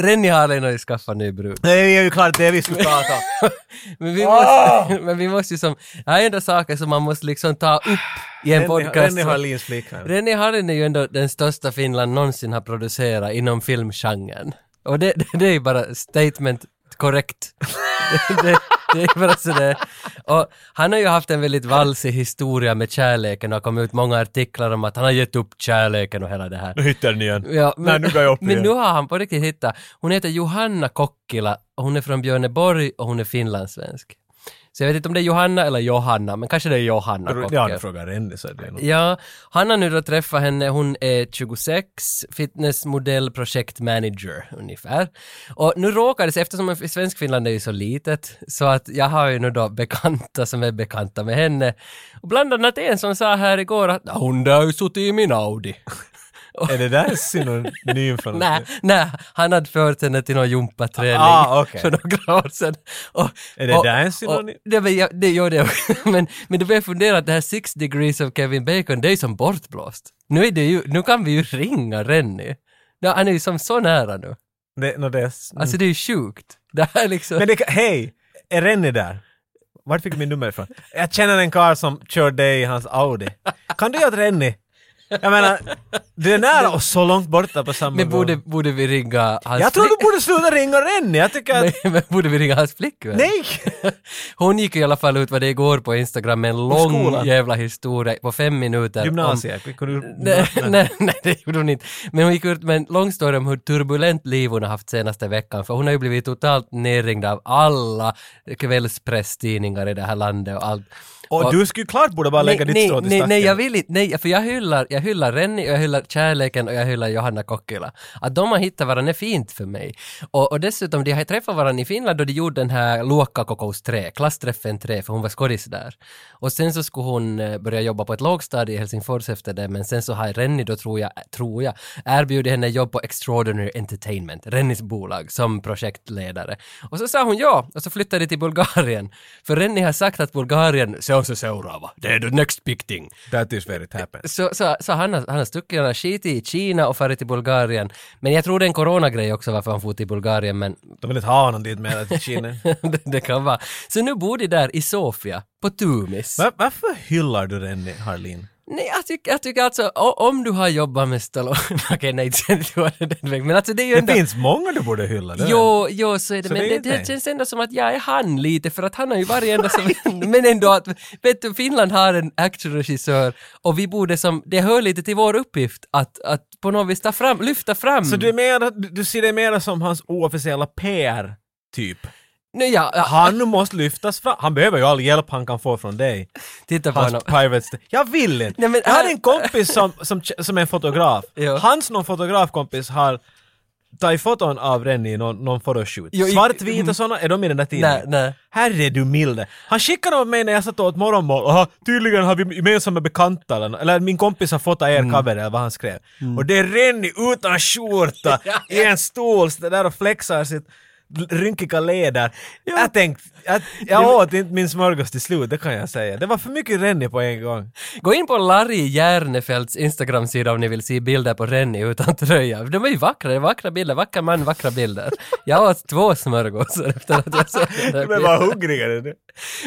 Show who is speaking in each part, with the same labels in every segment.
Speaker 1: Rennie Harlin har ju skaffat ny brud.
Speaker 2: Nej, det är ju klart det vi skulle prata om.
Speaker 1: Men vi, måste, men vi måste ju som... Det här är ändå saker som man måste liksom ta upp i en
Speaker 2: Rennie-
Speaker 1: podcast.
Speaker 2: Rennie Harlins flickvän.
Speaker 1: Rennie Harlin är ju ändå den största Finland någonsin har producerat inom filmgenren. Och det, det, det är ju bara statement korrekt. Det, det, det är bara sådär. Och han har ju haft en väldigt valsig historia med kärleken och har kommit ut många artiklar om att han har gett upp kärleken och hela det här.
Speaker 2: Nu hittar ni igen.
Speaker 1: Ja, men,
Speaker 2: Nej, nu går jag upp
Speaker 1: men
Speaker 2: igen.
Speaker 1: nu har han på riktigt hittat. Hon heter Johanna Kokkila och hon är från Björneborg och hon är finlandssvensk. Så jag vet inte om det är Johanna eller Johanna, men kanske det är Johanna
Speaker 2: Beror-
Speaker 1: Kokkila.
Speaker 2: Ja, du frågar Rennie så är det nog.
Speaker 1: Ja, han har nu då träffat henne, hon är 26, fitnessmodell, projektmanager ungefär. Och nu råkar det sig, eftersom Svenskfinland är ju så litet, så att jag har ju nu då bekanta som är bekanta med henne. Och bland annat en som sa här igår att "Ja, hon där har ju suttit i min Audi.
Speaker 2: Är det där synonym för något?
Speaker 1: Nej, nej, han hade fört henne till någon gympaträning
Speaker 2: Ah, okej.
Speaker 1: för några år sedan. Och,
Speaker 2: Är det
Speaker 1: och,
Speaker 2: där en
Speaker 1: och-
Speaker 2: synonym?
Speaker 1: Det, men jag, det gör det också. men, men då började jag fundera att det här six degrees of Kevin Bacon, det är ju som bortblåst. Nu, är det ju, nu kan vi ju ringa Rennie. Ja, han är ju som så nära nu.
Speaker 2: Nej, nå, det är... s-
Speaker 1: Alltså det är ju sjukt. Det här är liksom...
Speaker 2: Mm. Men det, kan- hej! Är Rennie där? Var fick du min nummer ifrån? Jag känner en karl som kör dig i hans Audi. Kan du göra ett Rennie? Jag menar, det är nära och så långt borta på samma
Speaker 1: men borde,
Speaker 2: gång.
Speaker 1: borde vi ringa hans
Speaker 2: Jag tror
Speaker 1: flick-
Speaker 2: du borde sluta ringa Rennie! Jag tycker att...
Speaker 1: Nej, men borde vi ringa hans flickvän?
Speaker 2: Nej!
Speaker 1: Hon gick i alla fall ut vad det går på Instagram med en lång
Speaker 2: skolan.
Speaker 1: jävla historia på fem minuter. om-
Speaker 2: Gymnasiet, kunde du...
Speaker 1: Nej, nej, nej, det gjorde hon inte. Men hon gick ut med en lång story om hur turbulent liv hon har haft senaste veckan, för hon har ju blivit totalt nerringd av alla kvällspresstidningar i det här landet och allt.
Speaker 2: Och du skulle ju klart borde bara lägga
Speaker 1: nej,
Speaker 2: ditt
Speaker 1: nej,
Speaker 2: strå till
Speaker 1: nej,
Speaker 2: stacken.
Speaker 1: nej, jag vill inte, nej, för jag hyllar, jag hyllar Rennie och jag hyllar kärleken och jag hyllar Johanna Kokkila. Att de har hittat varandra är fint för mig. Och, och dessutom, de har träffat varandra i Finland och de gjorde den här Luokkakokous 3, klassträffen 3, för hon var skådis där. Och sen så skulle hon eh, börja jobba på ett lågstadie i Helsingfors efter det, men sen så har Rennie då, tror jag, tror jag, erbjudit henne jobb på Extraordinary Entertainment, Rennies bolag, som projektledare. Och så sa hon ja, och så flyttade de till Bulgarien. För Rennie har sagt att Bulgarien, se on se seuraava, det är the next big thing.
Speaker 2: That is very happen.
Speaker 1: Så, så, så han, har- han har stuckit, han har skitit i Kina och farit till Bulgarien. Men jag tror det är en coronagrej också varför han for till Bulgarien, men
Speaker 2: De vill inte ha honom dit mer till Kina.
Speaker 1: det, det kan vara. Så nu bor de där i Sofia, på Tumis.
Speaker 2: Va- Varför hyllar du Rennie Harlin?
Speaker 1: Nej, jag tycker, jag tycker alltså, o- om du har jobbat med Stallone, okej nej, inte du har det den vägen, men alltså det är ju
Speaker 2: Det
Speaker 1: ändå...
Speaker 2: finns många du borde hylla. det är-
Speaker 1: Jo, jo, så är det.
Speaker 2: Så
Speaker 1: men
Speaker 2: det är
Speaker 1: det,
Speaker 2: inte
Speaker 1: det,
Speaker 2: det.
Speaker 1: känns ändå som att jag är han lite, för att han har ju varit enda som... men ändå att, vet du, Finland har en actionregissör och vi borde som, det hör lite till vår uppgift att, att på något vis ta fram, lyfta fram.
Speaker 2: Så du, är mera, du du ser det mera som hans oofficiella PR-typ?
Speaker 1: nu, ja, ja,
Speaker 2: typ. Han måste lyftas fram. Han behöver ju all hjälp han kan få från dig.
Speaker 1: titta på
Speaker 2: Hans
Speaker 1: honom.
Speaker 2: private st- Jag vill inte!
Speaker 1: Nej, men
Speaker 2: jag hade
Speaker 1: här-
Speaker 2: en kompis som, som, k- som är en fotograf.
Speaker 1: Ja.
Speaker 2: Hans någon fotografkompis har tagit foton av Rennie i någon, någon photoshoot.
Speaker 1: Jo, i-
Speaker 2: Svartvit och såna, är de i den där
Speaker 1: Nej,
Speaker 2: tidningen?
Speaker 1: nej.
Speaker 2: Herre du milde! Han skickade dem mig när jag satt och åt morgonmål. Aha, tydligen har vi gemensamma bekanta eller, nå- eller min kompis har fotat er cover eller vad han skrev. Och det är Rennie utan skjorta i en stol, sitter där och flexar sitt l- rynkiga leder. Jag tänkte, jag, jag åt inte min smörgås till slut, det kan jag säga. Det var för mycket Rennie på en gång.
Speaker 1: Gå in på Larry Järnefelts Instagram-sida om ni vill se bilder på Rennie utan tröja. De är ju vackra, det är vackra bilder, vacker man, vackra bilder. Jag åt två smörgåsar efter att jag såg den här
Speaker 2: Men
Speaker 1: bilden.
Speaker 2: vad hungrigare nu.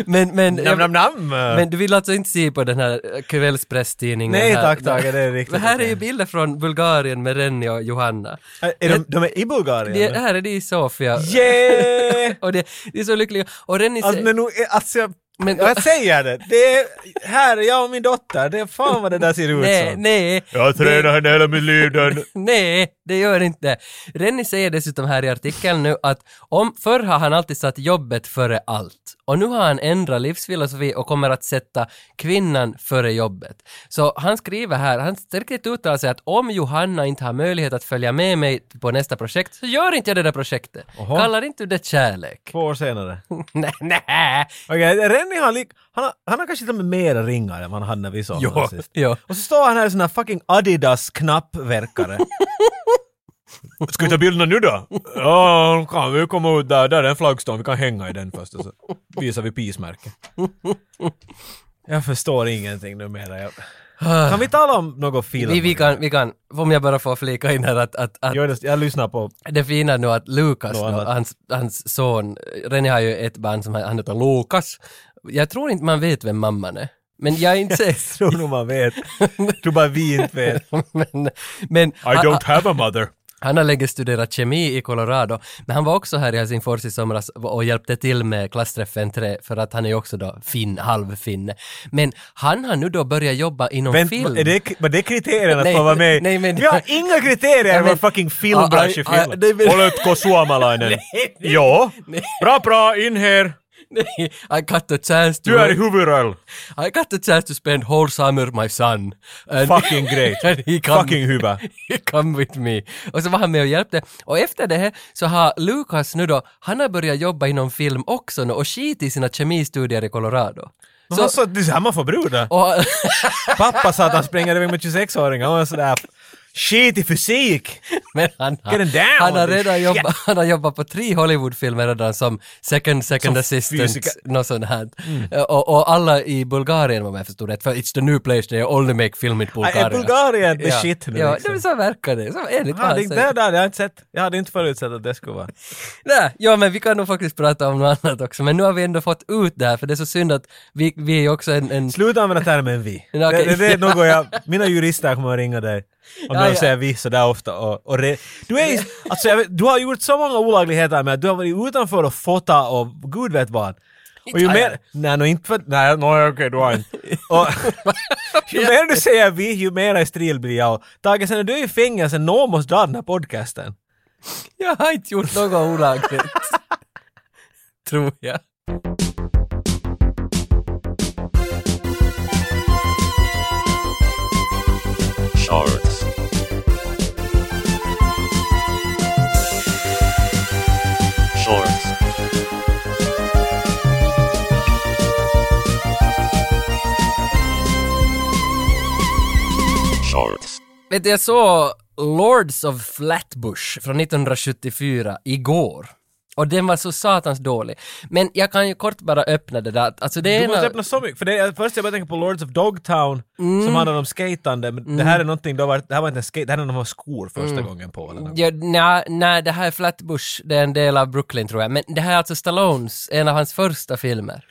Speaker 1: Men, men,
Speaker 2: Nam, nam, nam.
Speaker 1: men du vill alltså inte se på den här kvällspresstidningen?
Speaker 2: Nej
Speaker 1: här?
Speaker 2: tack Tage, det är riktigt.
Speaker 1: Men här är ju bilder från Bulgarien med Rennie och Johanna.
Speaker 2: Är de, de är i Bulgarien?
Speaker 1: Det, här är de i Sofia.
Speaker 2: Yeah!
Speaker 1: Och det, det är så lyckliga. Och Rennie
Speaker 2: Alltså,
Speaker 1: säger...
Speaker 2: men nu, är- alltså, jag,
Speaker 1: Men-
Speaker 2: jag säger det. det är, här är jag och min dotter. Det är fan vad det där ser ut
Speaker 1: Nej,
Speaker 2: som.
Speaker 1: nej.
Speaker 2: Jag har tränat henne hela mitt liv. Den.
Speaker 1: Nej, det gör inte. Rennie säger dessutom här i artikeln nu att om, förr har han alltid satt jobbet före allt och nu har han ändrat livsfilosofi och kommer att sätta kvinnan före jobbet. Så han skriver här, han riktigt uttalar sig att om Johanna inte har möjlighet att följa med mig på nästa projekt så gör inte jag det där projektet.
Speaker 2: Oho.
Speaker 1: Kallar inte du det kärlek?
Speaker 2: Två år senare.
Speaker 1: nej, nej.
Speaker 2: Okej, Rennie har, lik, han har, han har kanske till och med mera ringar än vad han hade när vi såg honom sist.
Speaker 1: Jo.
Speaker 2: Och så står han här i sån här fucking Adidas-knappverkare. Ska vi ta bilderna nu då? Ja, kan vi komma ut där. Där är en flaggstång. Vi kan hänga i den först och så visar vi pismärket. Jag förstår ingenting numera. Jag... Kan vi tala om något film?
Speaker 1: Vi, vi, kan, vi kan, om jag bara får flika in här att, att, att
Speaker 2: Jag, jag lyssnar på...
Speaker 1: det fina nu att Lukas,
Speaker 2: Något
Speaker 1: nu,
Speaker 2: annat.
Speaker 1: hans, hans son, René har ju ett barn som han han heter Lukas. Jag tror inte man vet vem mamman är. Men jag är inte säker.
Speaker 2: Tror nog man vet. Tror bara vi inte vet.
Speaker 1: men men han,
Speaker 2: have a mother.
Speaker 1: han har länge studerat kemi i Colorado. Men han var också här i Helsingfors i somras och hjälpte till med klassträffen 3 för att han är ju också då finn, halvfinne. Men han har nu då börjat jobba inom
Speaker 2: Vänt,
Speaker 1: film.
Speaker 2: är det, var det kriterierna att
Speaker 1: Nej,
Speaker 2: få vara med
Speaker 1: nej, men-
Speaker 2: Vi har inga kriterier
Speaker 1: Nej,
Speaker 2: för
Speaker 1: men-
Speaker 2: fucking filmbransch i
Speaker 1: Ah, ah, ah,
Speaker 2: Finland.
Speaker 1: nej, men-
Speaker 2: Oletko suomalainen?
Speaker 1: Nej, nej.
Speaker 2: Ja. Bra, bra, in här.
Speaker 1: Nej, I got the chance to...
Speaker 2: Du är i huvudroll.
Speaker 1: I got the chance to spend whole summer my son. And
Speaker 2: Fucking great.
Speaker 1: and he come,
Speaker 2: Fucking hyvä.
Speaker 1: he come with me. Och så var han med och hjälpte. Och efter det här så har Lukas nu då, han har börjat jobba inom film också nu och skit i sina kemistudier i Colorado.
Speaker 2: Så,
Speaker 1: Så,
Speaker 2: han sa, det är så här man får brudar.
Speaker 1: och,
Speaker 2: Pappa sa att han spränger iväg med 26-åringar och sådär. Shit i fysik!
Speaker 1: men han, har-
Speaker 2: Get him down
Speaker 1: han har
Speaker 2: with this
Speaker 1: redan
Speaker 2: shit.
Speaker 1: jobbat, han har jobbat på tre Hollywoodfilmer redan som second, second
Speaker 2: Som
Speaker 1: assistant,
Speaker 2: fysiker. Mm.
Speaker 1: något sånt här. Eh, Och, och alla i Bulgarien om jag förstod rätt, för it's the new place they only make film in Bulgarien.
Speaker 2: Ah, Är Bulgarien the shit nu
Speaker 1: ja,
Speaker 2: liksom?
Speaker 1: men så verkar det. Så enligt vad
Speaker 2: Ah,
Speaker 1: han
Speaker 2: det,
Speaker 1: säger.
Speaker 2: där, där, jag har inte sett. Jag hade inte förutsett att det skulle vara.
Speaker 1: Nej, ja men vi kan nog faktiskt prata om något annat också, men nu har vi ändå fått ut det här, för det är så synd att vi, vi är ju också en... en
Speaker 2: Sluta använda termen vi.
Speaker 1: Ja, okej.
Speaker 2: det, det, det är något jag, mina jurister kommer att ringa dig om
Speaker 1: Ja,
Speaker 2: de
Speaker 1: ja.
Speaker 2: säger vi sådär ofta. Och, och re, du, är, ju- alltså, jag vet, du har gjort så många olagligheter med att du har varit utanför och fota och gud vet vad. Och ju
Speaker 1: Ja, ja.
Speaker 2: mer... Nej, no, inte för... Nej, no, okej, du har inte. Och, ju mer du säger vi, ju mer i stril blir jag. Tage, sen är du i fängelse, någon måste dra den här podcasten.
Speaker 1: jag har inte gjort något olagligt. Tror jag.
Speaker 3: Shorts. Shorts. Shorts.
Speaker 1: Vet du, jag såg Lords of Flatbush från 1974 igår. Och den var så satans dålig. Men jag kan ju kort bara öppna det där. Alltså det
Speaker 2: Du
Speaker 1: är
Speaker 2: måste
Speaker 1: nå-
Speaker 2: öppna så mycket. För det, är- först jag började tänka på Lords of Dogtown
Speaker 1: Mm.
Speaker 2: som handlar om skatande. Men det här är någonting, då var, det här var inte en skate, det här är när de har skor första
Speaker 1: Mm.
Speaker 2: gången på. Eller något.
Speaker 1: Ja, nej, nej, det här är Flatbush, det är en del av Brooklyn tror jag. Men det här är alltså Stallones, en av hans första filmer.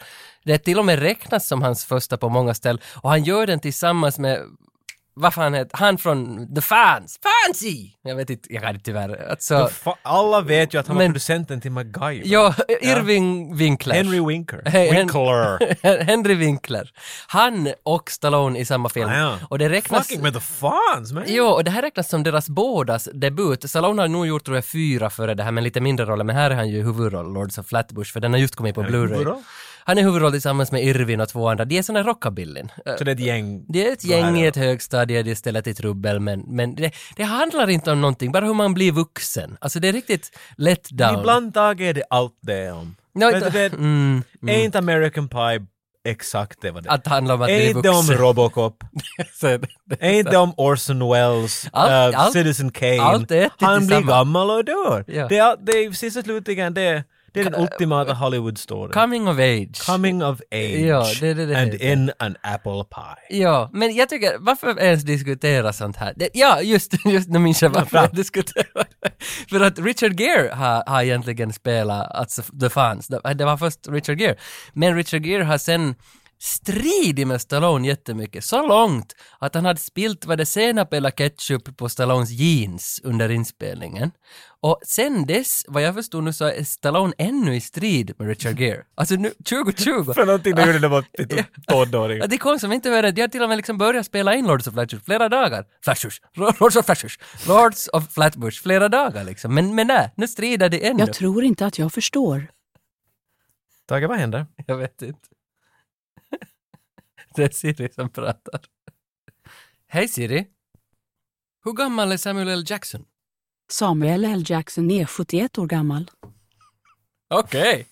Speaker 1: Det är till och med räknas som hans första på många ställen. Och han gör den tillsammans med, vad fan heter han från The Fans? Fancy! Jag vet inte, jag kan inte tyvärr. Alltså,
Speaker 2: Fa- Alla vet ju att han var
Speaker 1: Men-
Speaker 2: producenten till MacGyver.
Speaker 1: ja, Irving Winkler.
Speaker 2: Henry Winker.
Speaker 1: Hey, Hen-
Speaker 2: Winkler.
Speaker 1: Henry Winkler. Han och Stallone i samma film.
Speaker 2: Ah, ja.
Speaker 1: Och det räknas...
Speaker 2: Fucking med the fans man!
Speaker 1: Jo, och det här räknas som deras bådas debut. Stallone har nog gjort, tror jag, fyra före det här, men lite mindre roller. Men här är han ju i huvudroll, Lords of Flatbush, för den har just kommit på Blu-ray.
Speaker 2: huvudroll?
Speaker 1: Han är huvudroll tillsammans med Irvin och två andra. De är såna rockabillyn. Eh,
Speaker 2: Så det är ett gäng.
Speaker 1: Det är ett gäng i ett högstadie, det ställer till trubbel, men, men det, det handlar inte om någonting, bara hur man blir vuxen. Alltså det är riktigt let down.
Speaker 2: Ibland Tage är det allt det är om.
Speaker 1: No,
Speaker 2: Vet du,
Speaker 1: inte- Mm,
Speaker 2: det, Är inte American Pie exakt det vad det är?
Speaker 1: Att det handlar om att
Speaker 2: Är
Speaker 1: bli
Speaker 2: inte det om
Speaker 1: vuxen.
Speaker 2: Robocop?
Speaker 1: Så är det-
Speaker 2: Är inte det om Orson Welles?
Speaker 1: Allt-
Speaker 2: eh,
Speaker 1: allt-
Speaker 2: Citizen Kane?
Speaker 1: allt är ett
Speaker 2: Han blir
Speaker 1: tillsammans.
Speaker 2: gammal och dör.
Speaker 1: Ja.
Speaker 2: Det är, det är sist och slutligen det, det är den ultimata Hollywood-storyn.
Speaker 1: Coming of age.
Speaker 2: Coming of age
Speaker 1: Ja, det- det- det
Speaker 2: and
Speaker 1: heter.
Speaker 2: in an apple pie.
Speaker 1: Ja, men jag tycker, varför ens diskutera sånt här? Det, ja, just, just nu minns jag varför jag diskuterar För att Richard Gere har, har egentligen spelat alltså, The Fans. Det det var först Richard Gere. Men Richard Gere har sen stridit med Stallone jättemycket, så långt att han hade spilt vad det senap eller ketchup på Stallones jeans under inspelningen. Och sen dess, vad jag förstod nu så är Stallone ännu i strid med Richard Gere. Alltså nu, 2020.
Speaker 2: För någonting de gjorde när de var typ tonåringar.
Speaker 1: Ja, det kom som inte överens. Jag har till och med liksom börjat spela in Lords of Flatbush flera dagar. Flatbush, Lords of Flatbush, Lords of Flatbush flera dagar liksom. Men, men nej, nu strider det ännu.
Speaker 4: Jag tror inte att jag förstår.
Speaker 2: Tage, vad händer?
Speaker 1: Jag vet inte. Det är Siri som pratar. Hej Siri. Hur gammal är Samuel L. Jackson?
Speaker 4: Samuel L. Jackson är 71 år gammal.
Speaker 1: Okej.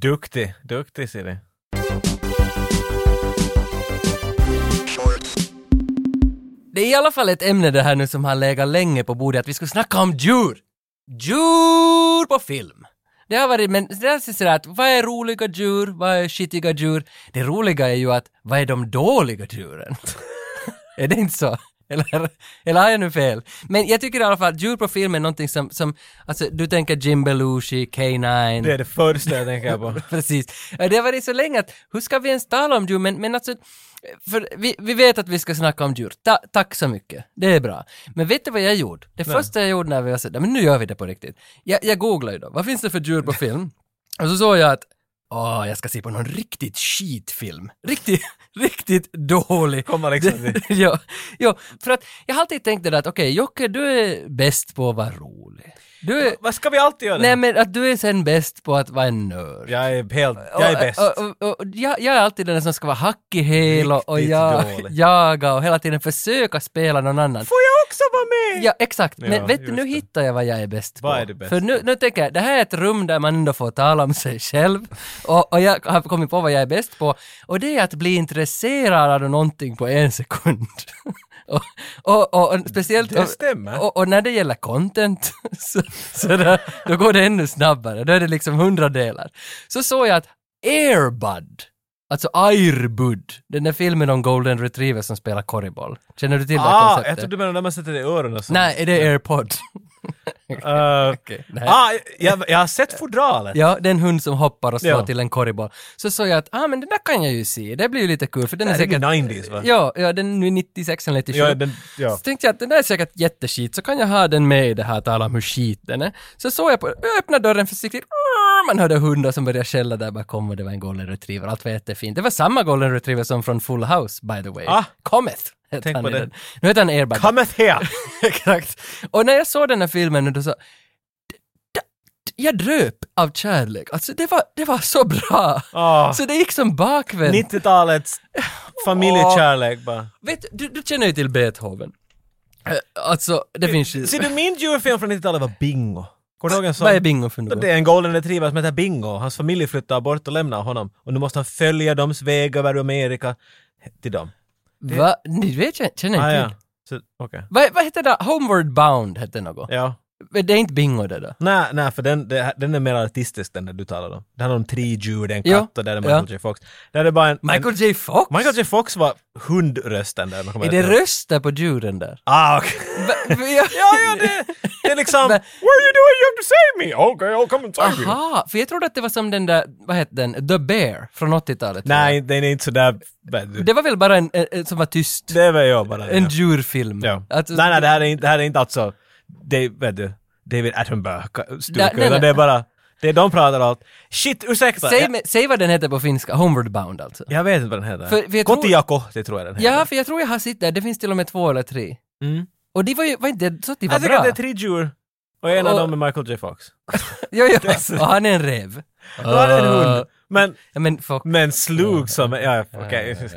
Speaker 2: Duktig, duktig Siri.
Speaker 1: Det är i alla fall ett ämne det här nu som har legat länge på bordet, att vi ska snacka om djur. Djur på film. Det har varit, men det är sådär att vad är roliga djur, vad är skitiga djur? Det roliga är ju att vad är de dåliga djuren? Är det inte så? Eller, eller har jag nu fel? Men jag tycker i alla fall att djurprofilen är någonting som, som alltså du tänker Jim Belushi, K9.
Speaker 2: Det är det första jag tänker på.
Speaker 1: Precis. Ja, Det har varit så länge att hur ska vi ens tala om djur? Men, men alltså, för vi, vi vet att vi ska snacka om djur. Ta, tack så mycket. Det är bra. Men vet du vad jag gjorde? Det första jag gjorde när vi var sådär, men nu gör vi det på riktigt. Jag, jag googlade ju då, vad finns det för djur på film? Och så såg jag att Åh, jag ska se på någon riktigt skitfilm. Riktigt, riktigt dålig.
Speaker 2: Kommer liksom till-
Speaker 1: ja, ja, för att jag har alltid tänkt det där att okej, Jocke, du är bäst på att vara rolig. Du är,
Speaker 2: Vad ska vi alltid göra?
Speaker 1: nej men att du är sen bäst på att vara en nörd.
Speaker 2: Jag är helt, jag är bäst.
Speaker 1: Och, och, och, och, jag, jag är alltid den som ska vara hack i häl och, och
Speaker 2: Riktigt
Speaker 1: jag,
Speaker 2: dålig.
Speaker 1: jaga och hela tiden försöka spela någon annan.
Speaker 2: Får jag också vara med?
Speaker 1: Ja, exakt. Men
Speaker 2: Ja,
Speaker 1: vet du,
Speaker 2: just
Speaker 1: nu
Speaker 2: det.
Speaker 1: hittar jag vad jag är bäst på.
Speaker 2: Vad är du bäst
Speaker 1: För nu, nu tänker jag, det här är ett rum där man ändå får tala om sig själv. Och, och jag har kommit på vad jag är bäst på. Och det är att bli intresserad av någonting på en sekund. och, och, och, och speciellt...
Speaker 2: Det stämmer.
Speaker 1: Och, och när det gäller content, så, så där, då går det ännu snabbare. Då är det liksom hundradelar. Så såg jag att Airbud, alltså Airbud, den där filmen om Golden Retriever som spelar korriboll. Känner du till det här
Speaker 2: Ah, jag
Speaker 1: konceptet?
Speaker 2: trodde du menade när man sätter det i öronen. Så.
Speaker 1: Nej, är det airpod?
Speaker 2: Eh,
Speaker 1: Okej, nej.
Speaker 2: ah, jag, jag har sett fodralet.
Speaker 1: Ja, den hund som hoppar och slår
Speaker 2: Ja.
Speaker 1: till en korriboll. Så såg jag att, ah men den där kan jag ju se, det blir ju lite kul för den är
Speaker 2: Nej, det är
Speaker 1: säkert...
Speaker 2: 90s va?
Speaker 1: Ja, ja, den är nu 96 eller 97.
Speaker 2: Ja, den- ja.
Speaker 1: Så tänkte jag att den där är säkert jätteskit, så kan jag ha den med i det här att tala om hur skit den är. Så såg jag på, jag öppnade dörren försiktigt, man hörde hundar som började skälla där bakom och det var en golden retriever. Allt var jättefint. Det var samma golden retriever som från Full House, by the way.
Speaker 2: Ah.
Speaker 1: Cometh hette
Speaker 2: Tänk
Speaker 1: han
Speaker 2: på
Speaker 1: i
Speaker 2: det.
Speaker 1: den. Nu heter han Airbag.
Speaker 2: Cometh here!
Speaker 1: Exakt. Och när jag såg den här filmen nu då så... d- d- Jag dröp av kärlek. Alltså det var, det var så bra.
Speaker 2: Ah.
Speaker 1: Så det gick som bakvänt.
Speaker 2: 90-talets familjekärlek bara.
Speaker 1: Vet, du, du känner ju till Beethoven. Eh, Alltså, det finns ju...
Speaker 2: Ser du, min julfilm från 90-talet var Bingo. Kommer du ihåg en sån?
Speaker 1: Vad är bingo för något?
Speaker 2: Det är en golden retriever som heter Bingo. Hans familj flyttar bort och lämnar honom. Och nu måste han följa deras väg över Amerika till dem.
Speaker 1: Va? Ni vet, jag- känner inte
Speaker 2: Ah, ja.
Speaker 1: till.
Speaker 2: Så, okej.
Speaker 1: Vad, vad hette det? Homeward Bound hette något.
Speaker 2: Ja.
Speaker 1: Det är inte bingo det då?
Speaker 2: Nej, nej, för den, det- den är mer artistisk den där du talar om. Den handlar om tre djur, det är en
Speaker 1: Ja.
Speaker 2: katt och där är
Speaker 1: Ja.
Speaker 2: Michael J Fox. Där är bara en...
Speaker 1: Michael J. Fox?
Speaker 2: en Michael J Fox var hundrösten där. man kommer
Speaker 1: Är det
Speaker 2: ihåg.
Speaker 1: röster på djuren där?
Speaker 2: Ah, okej.
Speaker 1: Va- va- jag-
Speaker 2: ja, ja, det, det är liksom...
Speaker 1: Men-
Speaker 2: What are you doing? You have to save me! Okay, I'll come and save you.
Speaker 1: Aha, för jag trodde att det var som den där, vad hette den, The Bear från 80-talet.
Speaker 2: Nej, den är inte sådär... Det,
Speaker 1: Det var väl bara en, en, en som var tyst,
Speaker 2: det är väl jag bara.
Speaker 1: en
Speaker 2: ja.
Speaker 1: djurfilm.
Speaker 2: Ja.
Speaker 1: Alltså,
Speaker 2: nej, nej, det här är inte, det här är inte alltså det, vet du, David
Speaker 1: Nej,
Speaker 2: Attenborough-stuka,
Speaker 1: nej, nej.
Speaker 2: utan det är bara, det är de pratar allt. Shit, ursäkta!
Speaker 1: Säg,
Speaker 2: jag,
Speaker 1: mig- säg vad den heter på finska, Homeward Bound alltså.
Speaker 2: jag vet inte vad den heter.
Speaker 1: För- för jag tror-
Speaker 2: Kotiako, det tror jag den heter.
Speaker 1: Ja, för jag tror jag har sett det, det finns till och med två eller tre.
Speaker 2: Mm.
Speaker 1: Och det var ju, var inte det så att det var
Speaker 2: Jag tycker
Speaker 1: bra?
Speaker 2: att det är tre djur, och en av
Speaker 1: Och-
Speaker 2: dem är Michael J Fox.
Speaker 1: Jo, jo. Och han är en räv.
Speaker 2: Då är det en
Speaker 1: Ah.
Speaker 2: hund. Men,
Speaker 1: Ja, men fuck.
Speaker 2: men
Speaker 1: Ah.
Speaker 2: slug som, ja, okej.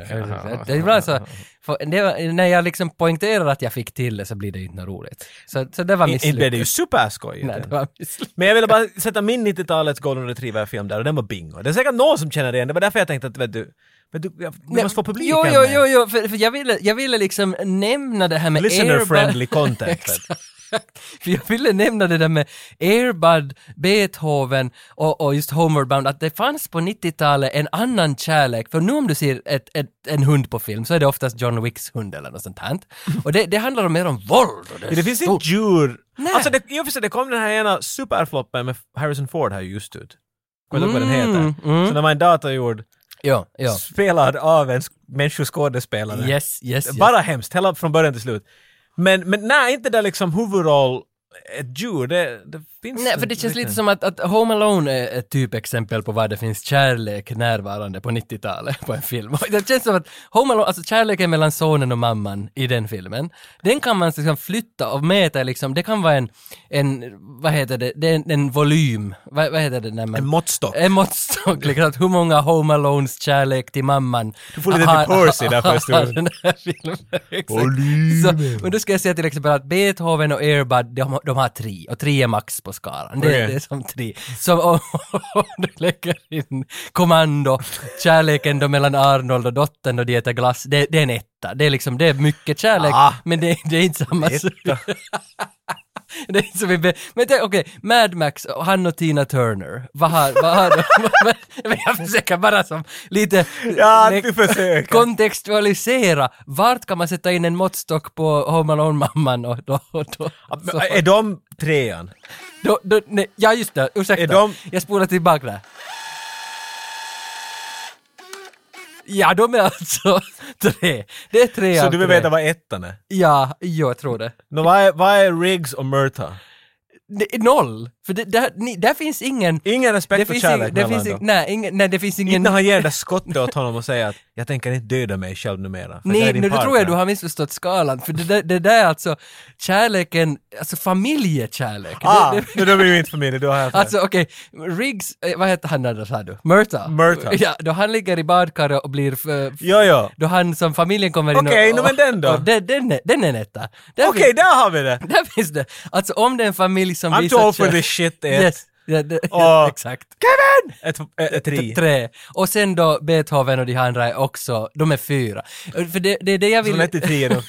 Speaker 1: Det är ibland så, för det var, när jag liksom poängterar att jag fick till det så blir det ju inte något roligt. Så, så det var
Speaker 2: Inte blev det ju
Speaker 1: misslyckat.
Speaker 2: superskoj.
Speaker 1: Nej, det var misslyckat.
Speaker 2: Men jag ville bara sätta min 90-talets Golden Retriever-film där och den var bingo. Det är säkert någon som känner igen, det var därför jag tänkte att vet du, vet du, jag, vi
Speaker 1: Nej,
Speaker 2: måste få publiken
Speaker 1: Jo, jo,
Speaker 2: med.
Speaker 1: jo, jo för, för jag, ville, jag ville liksom nämna det här med
Speaker 2: Listener-friendly
Speaker 1: Airbud.
Speaker 2: content.
Speaker 1: För jag ville nämna det där med Airbud, Beethoven och, och just Homeward Bound, att det fanns på 90-talet en annan kärlek. För nu om du ser ett, ett, en hund på film så är det oftast John Wicks hund eller något sånt här. Och det, det handlar om mer om våld. Och det, är
Speaker 2: Det finns
Speaker 1: stort.
Speaker 2: inte djur.
Speaker 1: Nej.
Speaker 2: Alltså det, i och för sig, det kom den här ena superfloppen med Harrison Ford här just ut. Kolla vad den
Speaker 1: Mm,
Speaker 2: heter.
Speaker 1: mm.
Speaker 2: Så den var en datorgjord,
Speaker 1: Ja, ja.
Speaker 2: spelad av en sk- människoskådespelare.
Speaker 1: Yes, yes, yes.
Speaker 2: Bara hemskt, hela från början till slut. Men, men nej, inte där liksom huvudroll, ett djur, det, det finns
Speaker 1: Nej, för det känns lite som att, att Home Alone är ett typexempel på var det finns kärlek närvarande på 90-talet på en film. Och Det känns som att Home Alone, alltså kärleken mellan sonen och mamman i den filmen, den kan man liksom flytta och mäta liksom, det kan vara en, en vad heter det, det är en, en volym, vad, vad heter det när man...
Speaker 2: En måttstock.
Speaker 1: en måttstock, liksom att hur många Home Alones kärlek till mamman Du
Speaker 2: får lite till Percy där först.
Speaker 1: den här filmen. Exakt. Så, men då ska jag säga till exempel att Beethoven och Airbud, de, de har tre, och tre är max på skalan. Det,
Speaker 2: Okej.
Speaker 1: det är som tre. Så om, om du lägger in kommando, kärleken då mellan Arnold och dottern och de äter glass, det, det är en etta. Det är liksom, det är mycket kärlek,
Speaker 2: Ah.
Speaker 1: men det, det är inte samma
Speaker 2: Etta.
Speaker 1: sak. Det är inte så vi be- men tänk, okej, Mad Max, och han och Tina Turner. Vad har, vad har de? Men jag försöker bara som lite...
Speaker 2: Ja,
Speaker 1: lek-
Speaker 2: du försöker.
Speaker 1: Kontextualisera. Vart kan man sätta in en måttstock på Home Alone-mamman och då... Och då, så,
Speaker 2: Är de trean?
Speaker 1: då, då nej, ja, just det. Ursäkta.
Speaker 2: Är de-
Speaker 1: Jag spolar tillbaka där. Ja, de är alltså tre. Det är tre
Speaker 2: Så
Speaker 1: av
Speaker 2: du vill
Speaker 1: tre.
Speaker 2: veta vad ettan är?
Speaker 1: Ja, jag tror det.
Speaker 2: Nå, vad, är vad är Riggs och Murta?
Speaker 1: Det är Noll! För det, där, ni, där finns ingen...
Speaker 2: Ingen respekt
Speaker 1: Det
Speaker 2: för
Speaker 1: finns
Speaker 2: kärlek
Speaker 1: ingen, det finns
Speaker 2: mellan dem.
Speaker 1: ing, nej, ingen, nej, det finns ingen...
Speaker 2: Inte när han ger det där skottet åt honom och säger att jag tänker inte döda mig själv numera. för jag är
Speaker 1: Nej,
Speaker 2: din
Speaker 1: nu då tror jag du
Speaker 2: partner."
Speaker 1: har missförstått skalan, för det där, det där är alltså kärleken, alltså familjekärlek.
Speaker 2: Ah,
Speaker 1: det,
Speaker 2: det,
Speaker 1: det,
Speaker 2: då blir vi inte familj, då har jag
Speaker 1: alltså okej, Riggs, eh, vad heter han där då, sa du? Murta?
Speaker 2: Murta.
Speaker 1: Ja, då han ligger i badkaret och blir... f- eh, f-
Speaker 2: Jo, jo.
Speaker 1: Då han som familjen kommer in och-
Speaker 2: Okej,
Speaker 1: och...
Speaker 2: nu men den då?
Speaker 1: och Den, den, är- den är en etta. Där
Speaker 2: Okej,
Speaker 1: finns-
Speaker 2: där har vi det!
Speaker 1: Där finns det. Alltså om det är en familj som
Speaker 2: I'm
Speaker 1: visar
Speaker 2: too old for
Speaker 1: kär-
Speaker 2: this shit, Ah. ett.
Speaker 1: Yes. Ja, det,
Speaker 2: Och-
Speaker 1: exakt.
Speaker 2: Ett, ett, ett
Speaker 1: T-
Speaker 2: tri.
Speaker 1: Tre. Och sen då Beethoven och de andra är också, de är fyra. För det, det är det jag
Speaker 2: Så
Speaker 1: vill...
Speaker 2: lätt i tre då.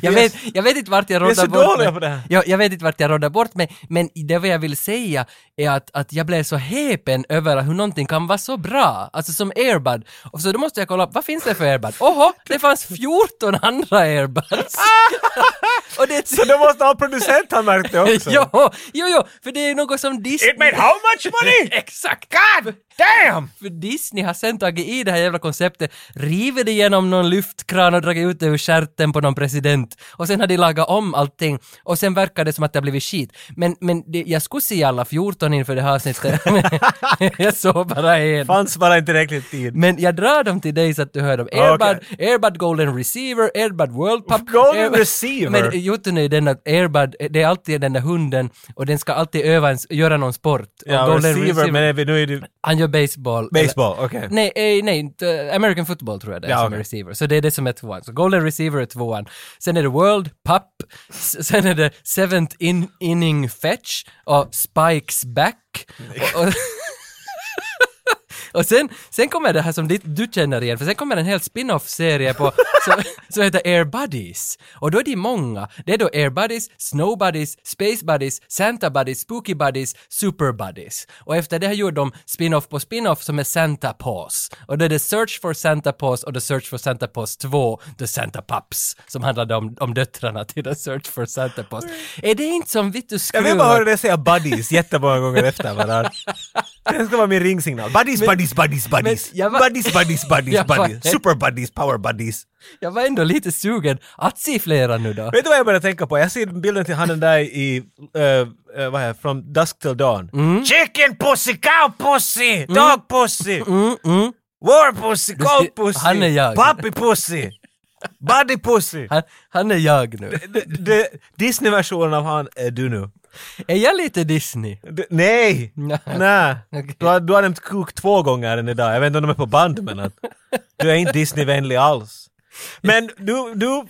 Speaker 1: jag,
Speaker 2: Vi är
Speaker 1: vet, jag vet inte vart jag
Speaker 2: vi är så
Speaker 1: råddar bort
Speaker 2: dåliga
Speaker 1: mig.
Speaker 2: på det här.
Speaker 1: Jag, jag vet inte vart jag råddar bort mig, men det vad jag vill säga är att, att jag blev så häpen över hur någonting kan vara så bra. Alltså som Airbud. Och så då måste jag kolla upp, vad finns det för Airbud? Oho, det fanns 14 andra Airbuds! och det är
Speaker 2: Så då måste ha producent ha märkt det också.
Speaker 1: Jo, jo, jo, för det är något som Disney...
Speaker 2: It made how much money?
Speaker 1: Exakt!
Speaker 2: God damn!
Speaker 1: För Disney har sen tagit i det här jävla konceptet, rivit det genom någon lyftkran och dragit ut det ur stjärten på någon president. Och sen har de lagat om allting och sen verkar det som att det har blivit skit. Men, men det, jag skulle se alla 14 inför det här avsnittet. jag såg bara en.
Speaker 2: Fanns bara inte tillräckligt tid.
Speaker 1: Men jag drar dem till dig så att du hör dem. Airbud, Airbud Golden Receiver, Airbud World Cup.
Speaker 2: Golden
Speaker 1: Airbud-
Speaker 2: Receiver?
Speaker 1: Men Jotun är ju den att Airbud, det är alltid den där hunden och den ska alltid öva en, göra någon sport. Och
Speaker 2: Ja,
Speaker 1: Golden
Speaker 2: receiver, men är vi, nu är det
Speaker 1: Han gör baseball.
Speaker 2: baseball, okej.
Speaker 1: Nej, eh, nej, inte- American football tror jag det är
Speaker 2: Ja,
Speaker 1: som
Speaker 2: okej.
Speaker 1: är receiver. Så det är det som är tvåan. Så golden receiver är tvåan. Sen är det world, pup, S- sen är det seventh in, inning fetch och spikes back. Och, och, och sen, sen kommer det här som du, du känner igen, för sen kommer en hel spin-off-serie på, som, som heter Air Buddies. Och då är de många. Det är då Air Buddies, Snow Buddies, Space Buddies, Santa Buddies, Spooky Buddies, Super Buddies. Och efter det här gjorde de spin-off på spin-off som är Santa Paws. Och det är The Search for Santa Paws och The Search for Santa Paws 2, The Santa Pups, som handlade om, om döttrarna till The Search for Santa Paws. Är det inte som Vittu
Speaker 2: Jag
Speaker 1: skruvar?
Speaker 2: vill bara höra dig säga buddies jättemånga gånger efter varandra. Det ska vara min ringsignal. Buddies, buddies, buddies, buddies.
Speaker 1: jag var-
Speaker 2: buddies, buddies, buddies,
Speaker 1: Jag var-
Speaker 2: buddies. Super buddies, power buddies.
Speaker 1: Jag var ändå lite sugen att se flera nu då.
Speaker 2: Vet du vad jag börjar tänka på? Jag ser bilden till han den där i, eh, eh, vad är det, From Dusk Till Dawn.
Speaker 1: Mm.
Speaker 2: Chicken pussy, cow pussy, dog pussy,
Speaker 1: Mm,
Speaker 2: war pussy, gold pussy,
Speaker 1: han är jag.
Speaker 2: puppy pussy, buddy pussy.
Speaker 1: Han, han är jag nu.
Speaker 2: D- d- Disney-versionen av han är du nu.
Speaker 1: Är jag lite Disney?
Speaker 2: D- nej!
Speaker 1: Nej.
Speaker 2: Nej.
Speaker 1: Okej.
Speaker 2: Du, har, du har nämnt kuk två gånger än idag. Jag vet inte om de är på band men att du är inte Disney-vänlig alls. Men du, du,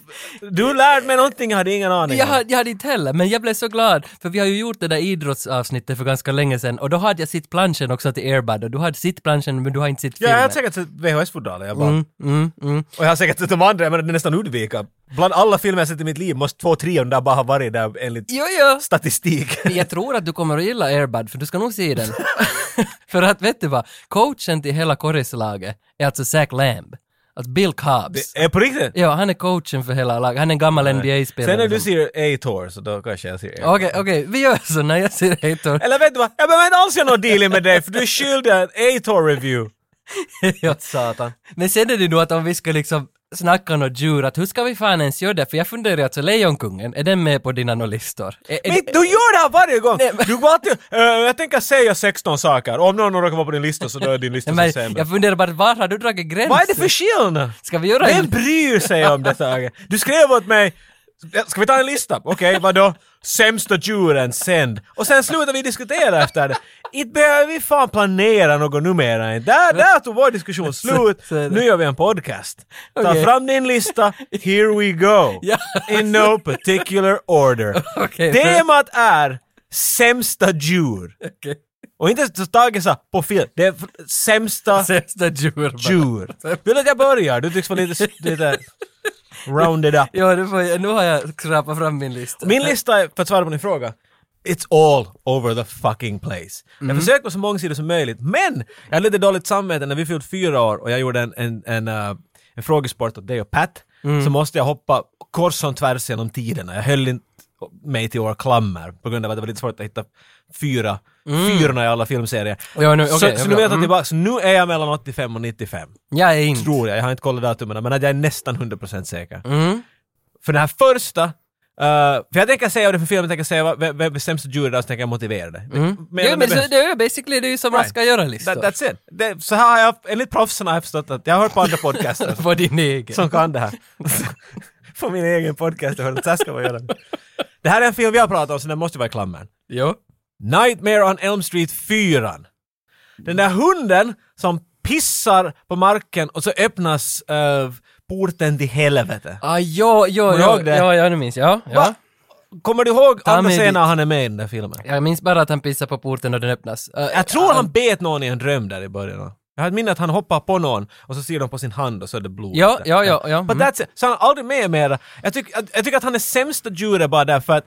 Speaker 2: du lärde mig någonting jag hade ingen aning
Speaker 1: Jag,
Speaker 2: om.
Speaker 1: hade- jag hade inte heller, men jag blev så glad, för vi har ju gjort det där idrottsavsnittet för ganska länge sedan, och då hade jag sitt planschen också till Airbud, och du hade sitt planschen men du har inte sitt
Speaker 2: Ja, jag har
Speaker 1: filmen.
Speaker 2: säkert sett VHS-fodralen. Jag bara,
Speaker 1: Mm, mm.
Speaker 2: Och jag har säkert sett de andra, men det är nästan Ludvika. Bland alla filmer jag sett i mitt liv måste två, tre av dem där bara ha varit där enligt
Speaker 1: Jo, jo.
Speaker 2: statistik.
Speaker 1: Jag tror att du kommer att gilla Airbud, för du ska nog se den. för att, vet du vad? Coachen till hela korrislaget är alltså Zach Lamb. Alltså Bill Cobbs.
Speaker 2: Är på riktigt?
Speaker 1: Ja, han är coachen för hela laget. Han är en gammal NBA-spelare.
Speaker 2: Sen när du ser A-Tor så då kanske jag ser
Speaker 1: Okej, okej, vi gör så när jag ser Heitor.
Speaker 2: Eller vet du vad? Jag behöver inte alls göra något dealing med dig för du är skyldig en A-Tor-review.
Speaker 1: ja.
Speaker 2: Satan.
Speaker 1: Men sen är det nog att om vi ska liksom snacka något djur, att hur ska vi fan ens göra det? För jag funderar ju alltså, Lejonkungen, är den med på dina nålistor? Är- är-
Speaker 2: Men du gör det här varje gång!
Speaker 1: Nej, men-
Speaker 2: Du går alltid... Eh, jag tänker säga 16 saker. Om någon råkar vara på din lista så då är din lista
Speaker 1: Nej,
Speaker 2: så
Speaker 1: men
Speaker 2: sämre.
Speaker 1: jag funderar bara, var har du dragit gränsen?
Speaker 2: Vad är det för skillnad?
Speaker 1: Ska vi göra
Speaker 2: Vem
Speaker 1: en...
Speaker 2: bryr sig om det Tage? Du skrev åt mig Ska vi ta en lista? Okej, vadå? Sämsta djuren, sänd. Och sen slutar vi diskutera efter det. Inte behöver vi fan planera något numera. Där, där tog vår diskussion slut.
Speaker 1: så är det.
Speaker 2: Nu gör vi en podcast. Ta
Speaker 1: Okej.
Speaker 2: fram din lista. Here we go.
Speaker 1: Ja.
Speaker 2: In no particular order.
Speaker 1: Okej,
Speaker 2: Temat är sämsta djur.
Speaker 1: Okej.
Speaker 2: Och inte så Tage sa på film. Det är f- sämsta
Speaker 1: Sämsta djur. bara.
Speaker 2: djur. Vill du att jag börjar? Du tycks vara lite... lite Round it up.
Speaker 1: Ja, nu, får jag, nu har jag skrapat fram min lista.
Speaker 2: Min lista är, för att svara på din fråga, It's all over the fucking place.
Speaker 1: Mm.
Speaker 2: Jag försökte vara så mångsidig som möjligt, men jag hade lite dåligt samvete när vi fyllde fyra år och jag gjorde en, en, en, äh, en frågesport åt dig och Pat,
Speaker 1: Mm.
Speaker 2: så måste jag hoppa kors som tvärs genom tiderna. Jag höll inte mig till våra klammer på grund av att det var lite svårt att hitta fyra, fyrorna i alla filmserier.
Speaker 1: Mm. Och jag nu-
Speaker 2: så,
Speaker 1: okej, jag
Speaker 2: så nu
Speaker 1: förstår.
Speaker 2: vet jag
Speaker 1: Mm.
Speaker 2: tillbaka, så nu är jag mellan 85 och 95.
Speaker 1: Jag är inte.
Speaker 2: Tror jag, jag har inte kollat datumen, men att jag är nästan 100% säker.
Speaker 1: Mm.
Speaker 2: För den här första, eh, för jag tänker säga vad det är för film, jag tänker säga vad- vem vem är sämst att jura och så alltså tänker jag motivera det.
Speaker 1: Mm. ja, men så, det är ju basically det är ju som man
Speaker 2: Right.
Speaker 1: ska göra-listor.
Speaker 2: That, that's it. Det, så här har jag, enligt proffsen har jag förstått att, jag har hört på andra podcaster
Speaker 1: På din egen.
Speaker 2: som kan det här. på min egen podcast, jag hörde att så här ska man göra. Det här är en film vi har pratat om så den måste vara i klammern.
Speaker 1: Jo.
Speaker 2: Nightmare on Elm Street 4. Den där hunden som pissar på marken och så öppnas eh, porten till helvete.
Speaker 1: Ah, ja, ja,
Speaker 2: Kommer du
Speaker 1: ja,
Speaker 2: ihåg det?
Speaker 1: ja, ja, nu minns jag. Ja, ja.
Speaker 2: Va? Kommer du ihåg
Speaker 1: Ta
Speaker 2: andra
Speaker 1: mig dit.
Speaker 2: scener han är med i den där filmen?
Speaker 1: Jag minns bara att han pissar på porten och den öppnas. Eh,
Speaker 2: Jag tror han bet någon i en dröm där i början. Jag har ett minne att han hoppar på någon och så ser de på sin hand och så är det blod.
Speaker 1: Ja, ja, ja, ja.
Speaker 2: But
Speaker 1: Mm.
Speaker 2: that's it. Så han är aldrig med mer. Jag, tyck, jag, jag tycker att han är sämsta jury bara därför att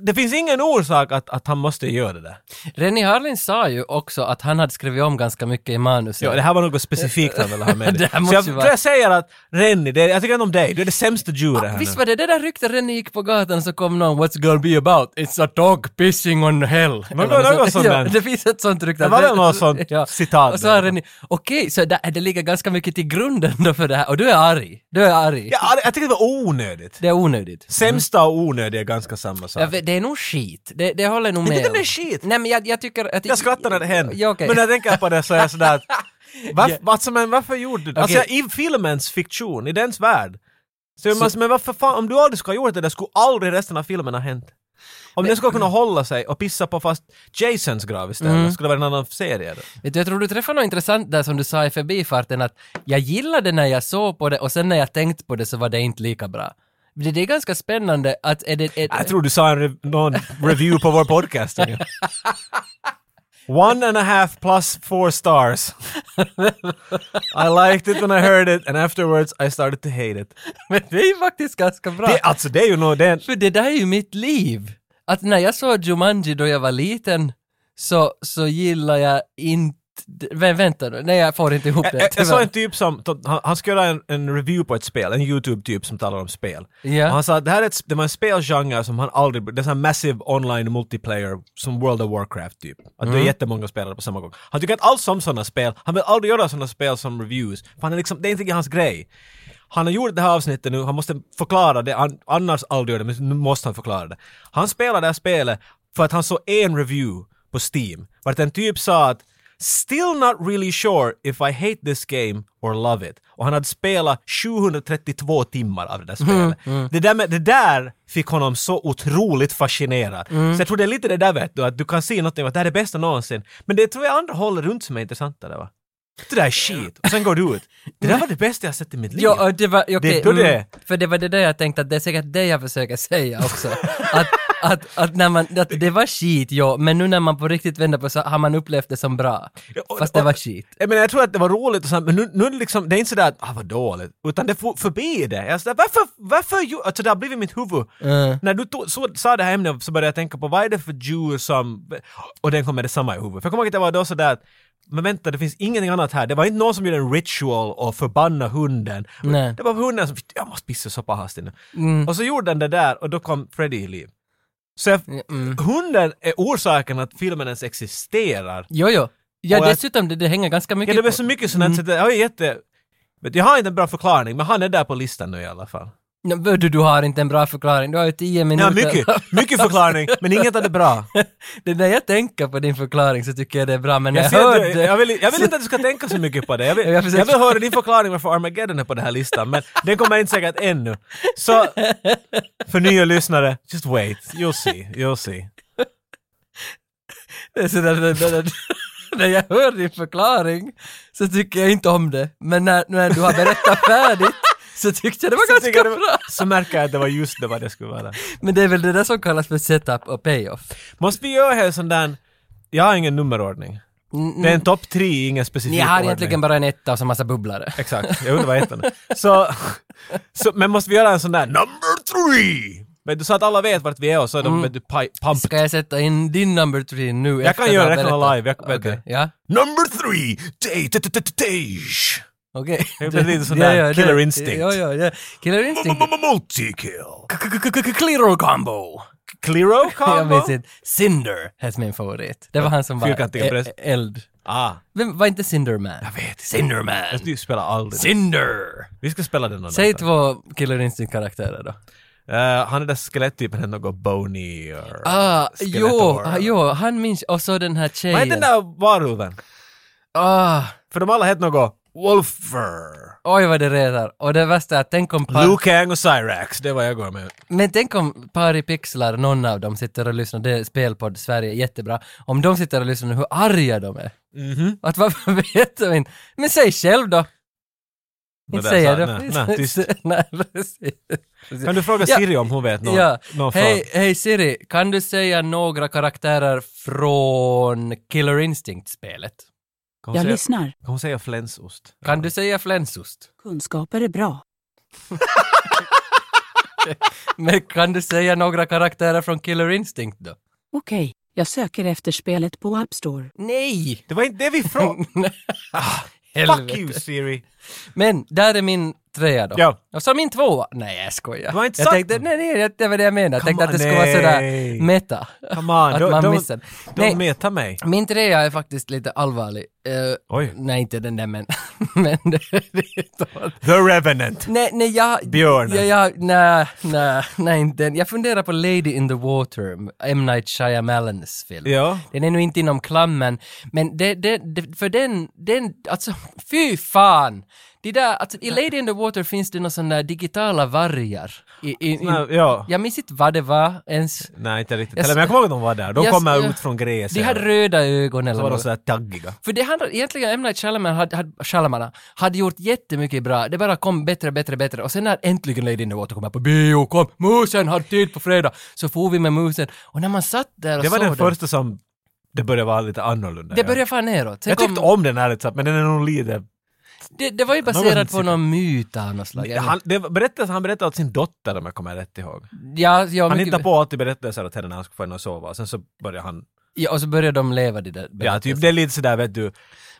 Speaker 2: det finns ingen orsak att, att han måste göra det där.
Speaker 1: Rennie Harlin sa ju också att han hade skrivit om ganska mycket i manuset.
Speaker 2: Ja, det här var något specifikt han ville ha med.
Speaker 1: Det här
Speaker 2: så
Speaker 1: måste
Speaker 2: jag
Speaker 1: ju
Speaker 2: tror
Speaker 1: vara-
Speaker 2: jag säger att Renny, det, jag tycker inte om dig. Du är det sämsta jury här
Speaker 1: Ah, Visst
Speaker 2: nu.
Speaker 1: var det det där ryktet Rennie gick på gatan så kom någon “What's gonna be about? It's a dog pissing on hell”. Eller
Speaker 2: något
Speaker 1: något
Speaker 2: sånt
Speaker 1: ja,
Speaker 2: där.
Speaker 1: det finns ett sånt rykte.
Speaker 2: Det var väl något sånt citat
Speaker 1: Och så har
Speaker 2: där.
Speaker 1: Rennie, okej, så det, det ligger ganska mycket till grunden då för det här. Och du är arg. Du är arg.
Speaker 2: Ja, jag tycker det var onödigt.
Speaker 1: Det är onödigt.
Speaker 2: Sämsta och onödiga är ganska samma sak.
Speaker 1: Ja, för det är nog skit. Det, det håller nog
Speaker 2: Men
Speaker 1: med
Speaker 2: det är
Speaker 1: om.
Speaker 2: skit.
Speaker 1: Nej men jag, jag tycker att...
Speaker 2: Jag skrattar när det händer.
Speaker 1: Ja, okej.
Speaker 2: Men när jag tänker på det så är jag sådär att... Varför,
Speaker 1: Ja.
Speaker 2: alltså, men varför gjorde du det? Alltså,
Speaker 1: Okej.
Speaker 2: i filmens fiktion, i dens värld. Så jag
Speaker 1: Så-
Speaker 2: måste, men varför fan, om du aldrig skulle ha gjort det där skulle aldrig resten av filmen ha hänt. Om den skulle kunna hålla sig och pissa på fast Jasons grav istället,
Speaker 1: Mm.
Speaker 2: skulle det vara en annan serie då.
Speaker 1: Vet du, jag tror du träffade något intressant där som du sa i förbifarten att jag gillade när jag såg på det och sen när jag tänkt på det så var det inte lika bra. Det, det är ganska spännande att... Är det, är,
Speaker 2: Jag tror du sa en rev- någon review på vår podcast. Daniel. One and a half plus four stars. I liked it when I heard it and afterwards I started to hate it.
Speaker 1: men det är ju faktiskt ganska bra.
Speaker 2: Det, alltså det är ju nog den...
Speaker 1: För det där är ju mitt liv. Att när jag såg Jumanji då jag var liten så, så gillar jag inte... Vä, vänta nu, nej jag får inte ihop det.
Speaker 2: Jag, jag, jag såg
Speaker 1: tyvärr.
Speaker 2: en typ som, han, han ska göra en, en review på ett spel, en YouTube-typ som talar om spel.
Speaker 1: Ja.
Speaker 2: Och han sa att det här är ett, det var en spelgenre som han aldrig, det är en sån här massive online multiplayer som World of Warcraft typ. Att
Speaker 1: Mm.
Speaker 2: det är jättemånga spelare på samma gång. Han tycker inte alls om sådana spel, han vill aldrig göra sådana spel som reviews, för han är liksom, det är inte hans grej. Han har gjort det här avsnittet nu, han måste förklara det, han, annars aldrig gör det, men nu måste han förklara det. Han spelar det här spelet för att han såg en review på Steam, vart en typ sa att Still not really sure if I hate this game or love it. Och han hade spelat 732 timmar av det där
Speaker 1: Mhm,
Speaker 2: spelet.
Speaker 1: mm.
Speaker 2: Det, där med, det där fick honom så otroligt fascinerad.
Speaker 1: Mm.
Speaker 2: Så jag tror det är lite det där vet du, att du kan se någonting och att det här är det bästa någonsin. Men det tror jag andra håller runt som är intressantare va? Det där är shit. Och sen går du ut. Det där var det bästa jag sett i mitt liv.
Speaker 1: Ja, och det var, okej, mm,
Speaker 2: Det är då det-
Speaker 1: För det var det där jag tänkte att det är säkert det jag försöker säga också. att, att, att, när man, att det var skit, ja, men nu när man på riktigt vänder på så har man upplevt det som bra.
Speaker 2: och-
Speaker 1: Fast det
Speaker 2: och-
Speaker 1: var skit.
Speaker 2: Jag menar, jag tror att det var roligt och sånt, men nu, nu är det liksom, det är inte sådär att ah, vad dåligt, utan det får förbi det. Jag är sådär, varför, varför, ju- alltså det har blivit mitt huvud. När du tog, så, sa det här ämnet så började jag tänka på vad är det för djur som, och den kommer detsamma i huvudet. För jag kommer ihåg att jag var då sådär att, men vänta, det finns ingenting annat här. Det var inte någon som gjorde en ritual och förbanna hunden.
Speaker 1: Nej.
Speaker 2: Det var hunden som, jag måste pissa så pass hastigt nu. Och så gjorde den det där och då kom Freddy i liv. Så jag,
Speaker 1: mm.
Speaker 2: hunden är orsaken att filmen ens existerar.
Speaker 1: Jo, jo. Ja,
Speaker 2: Och jag-
Speaker 1: dessutom, det, det hänger ganska mycket
Speaker 2: Ja, det var
Speaker 1: på-
Speaker 2: så mycket sånt mm. så det jag är jätte... Vet, du, jag har inte en bra förklaring, men han är där på listan nu i alla fall.
Speaker 1: Ja, men Du, du har inte en bra förklaring, du har ju tio
Speaker 2: Ja,
Speaker 1: minuter.
Speaker 2: mycket, mycket förklaring, men inget av det bra.
Speaker 1: det när jag tänker på din förklaring så tycker jag det är bra, men när
Speaker 2: Jag,
Speaker 1: jag,
Speaker 2: ser,
Speaker 1: hörde...
Speaker 2: att du, jag, vill, jag vill inte att du ska tänka så mycket på det. Jag vill,
Speaker 1: Jag
Speaker 2: jag
Speaker 1: försöker-
Speaker 2: vill höra din förklaring varför Armageddon är på den här listan, men den kommer inte säkert ännu. Så, för nya lyssnare, just wait, you'll see, you'll see.
Speaker 1: Det är så där, där, där, där, när jag hör din förklaring så tycker jag inte om det, men när, när du har berättat färdigt så tyckte jag det var
Speaker 2: Så, tycker
Speaker 1: ganska
Speaker 2: jag det,
Speaker 1: bra.
Speaker 2: var- så märker jag att det var just det vad det skulle vara.
Speaker 1: Men det är väl det där som kallas för setup och payoff.
Speaker 2: Måste vi göra här sån där, jag har ingen nummerordning. Det är en topp tre, ingen specifik
Speaker 1: Mm, Ni har
Speaker 2: ordning.
Speaker 1: egentligen bara en etta och så massa bubblare.
Speaker 2: Exakt, jag undrar vad ettan är. så, så, Men måste vi göra en sån där number three? Men du sa att alla vet vart vi är och så är de mm. pumped.
Speaker 1: Ska jag sätta in din number three nu?
Speaker 2: Jag kan
Speaker 1: efter
Speaker 2: göra
Speaker 1: den här
Speaker 2: det, kan vara
Speaker 1: berättelsen?
Speaker 2: live, jag vet
Speaker 1: Okej,
Speaker 2: det.
Speaker 1: Ja,
Speaker 2: Number three! Tej, tej, tej, tej, tej.
Speaker 1: okej.
Speaker 2: Det blir lite sån
Speaker 1: Ja,
Speaker 2: där
Speaker 1: ja, det-
Speaker 2: Killer Instinct.
Speaker 1: Ja, ja, ja. Killer Instinct.
Speaker 2: Multi-kill.
Speaker 1: Clearo combo!
Speaker 2: Clearo
Speaker 1: Jag minns
Speaker 2: combo?
Speaker 1: inte. Cinder hette min favorit. Det var han som var
Speaker 2: Fyrkantiga
Speaker 1: e-
Speaker 2: press.
Speaker 1: eld.
Speaker 2: Ah,
Speaker 1: Vem var inte Cinderman? Jag
Speaker 2: vet inte.
Speaker 1: Cinderman!
Speaker 2: du spelar aldrig.
Speaker 1: Cinder!
Speaker 2: Vi ska spela den någon
Speaker 1: Säg
Speaker 2: dag.
Speaker 1: två Killer Instinct-karaktärer då.
Speaker 2: Eh, han är där skeletttypen, han är något bony or
Speaker 1: Ah,
Speaker 2: Skeletor.
Speaker 1: jo, ah, jo, han minns, och så den här tjejen.
Speaker 2: Vad heter den där varulven?
Speaker 1: Ah,
Speaker 2: För de alla heter något Wolfer.
Speaker 1: oj vad det retar. Och det värsta är att tänk om par,
Speaker 2: Liu Kang och Cyrax, det är vad jag går med.
Speaker 1: men tänk om par i pixlar, någon av dem sitter och lyssnar, det är spelpodd Sverige, jättebra. Om de sitter och lyssnar nu, hur arga de är.
Speaker 2: Mhm.
Speaker 1: Att varför vet de inte? Men säg själv då!
Speaker 2: Det
Speaker 1: Inte
Speaker 2: där
Speaker 1: säger de.
Speaker 2: sa- nej, nej, tyst.
Speaker 1: Nej, precis.
Speaker 2: Kan du fråga
Speaker 1: Ja.
Speaker 2: Siri om hon vet någon,
Speaker 1: ja.
Speaker 2: någon
Speaker 1: Hej hej Siri, kan du säga några karaktärer från Killer Instinct-spelet?
Speaker 2: från... Kan hon,
Speaker 4: Jag
Speaker 2: säga,
Speaker 4: lyssnar.
Speaker 2: kan hon säga flänsost?
Speaker 1: Kan du säga flänsost?
Speaker 4: Kunskaper är bra.
Speaker 1: Men kan du säga några karaktärer från Killer Instinct då?
Speaker 4: Okej, jag söker efter spelet på App Store.
Speaker 1: Nej!
Speaker 2: Det var inte det vi frågade! Fuck
Speaker 1: Ah, Helvete.
Speaker 2: you Siri!
Speaker 1: Men där är min trea då.
Speaker 2: Ja.
Speaker 1: Och så min tvåa. Nej, jag skojar.
Speaker 2: Du har inte
Speaker 1: jag
Speaker 2: sagt-
Speaker 1: tänkte, nej, nej, det var det jag menade. Jag
Speaker 2: Come
Speaker 1: tänkte att
Speaker 2: on,
Speaker 1: det skulle vara sådär
Speaker 2: nej. Ah,
Speaker 1: meta.
Speaker 2: Come on,
Speaker 1: att
Speaker 2: don't-
Speaker 1: man
Speaker 2: don't-
Speaker 1: missar.
Speaker 2: De
Speaker 1: Nej,
Speaker 2: metar mig.
Speaker 1: min trea är faktiskt lite allvarlig. Eh,
Speaker 2: Oj.
Speaker 1: Nej, inte den där men... men det, det är
Speaker 2: The Revenant!
Speaker 1: nej, nej, jag...
Speaker 2: Typ. Björnen.
Speaker 1: Jag, jag, nej, nej, nej, inte den. Jag funderar på Lady in the Water, M. Night Shyamalans film.
Speaker 2: Ja.
Speaker 1: Den är nog inte inom klammen, men det, det, det, för den, den, alltså fy fan! Det där, alltså, I Lady in the Water finns det några sådana där digitala vargar. I, i, i,
Speaker 2: Nej, ja.
Speaker 1: Jag minns inte vad det var ens.
Speaker 2: Nej, inte riktigt.
Speaker 1: Jag
Speaker 2: Eller, men jag kommer ihåg att de var där. De
Speaker 1: jag-
Speaker 2: kommer
Speaker 1: jag-
Speaker 2: ut från gräset.
Speaker 1: De hade röda ögon
Speaker 2: Så
Speaker 1: eller
Speaker 2: var de
Speaker 1: något.
Speaker 2: sådär taggiga.
Speaker 1: För det handlar egentligen, M. Night Shyamalan hade, hade, Shyamalan hade gjort jättemycket bra, det bara kom bättre, bättre, bättre och sen när äntligen Lady in the Water kom här på bio, kom, musen har tid på fredag, så for vi med musen och när man satt där och
Speaker 2: Det var
Speaker 1: såg
Speaker 2: den första som... Det började vara lite annorlunda.
Speaker 1: det
Speaker 2: ja.
Speaker 1: började fan neråt. Sen
Speaker 2: Jag
Speaker 1: kom-
Speaker 2: tyckte om den ärligt talat, men den är nog lite...
Speaker 1: det, det var ju
Speaker 2: Någon
Speaker 1: baserat på
Speaker 2: sitter-
Speaker 1: någon myt av något slag. Jag
Speaker 2: Han, det var- berättades, han berättade åt sin dotter om jag kommer rätt ihåg.
Speaker 1: vet- ja, ja,
Speaker 2: Han
Speaker 1: mycket-
Speaker 2: hittade på alltid berättelser åt henne när han skulle få henne att sova. och Sen så började han...
Speaker 1: ja, och så började de leva det där.
Speaker 2: Ja, typ det är lite sådär vet du.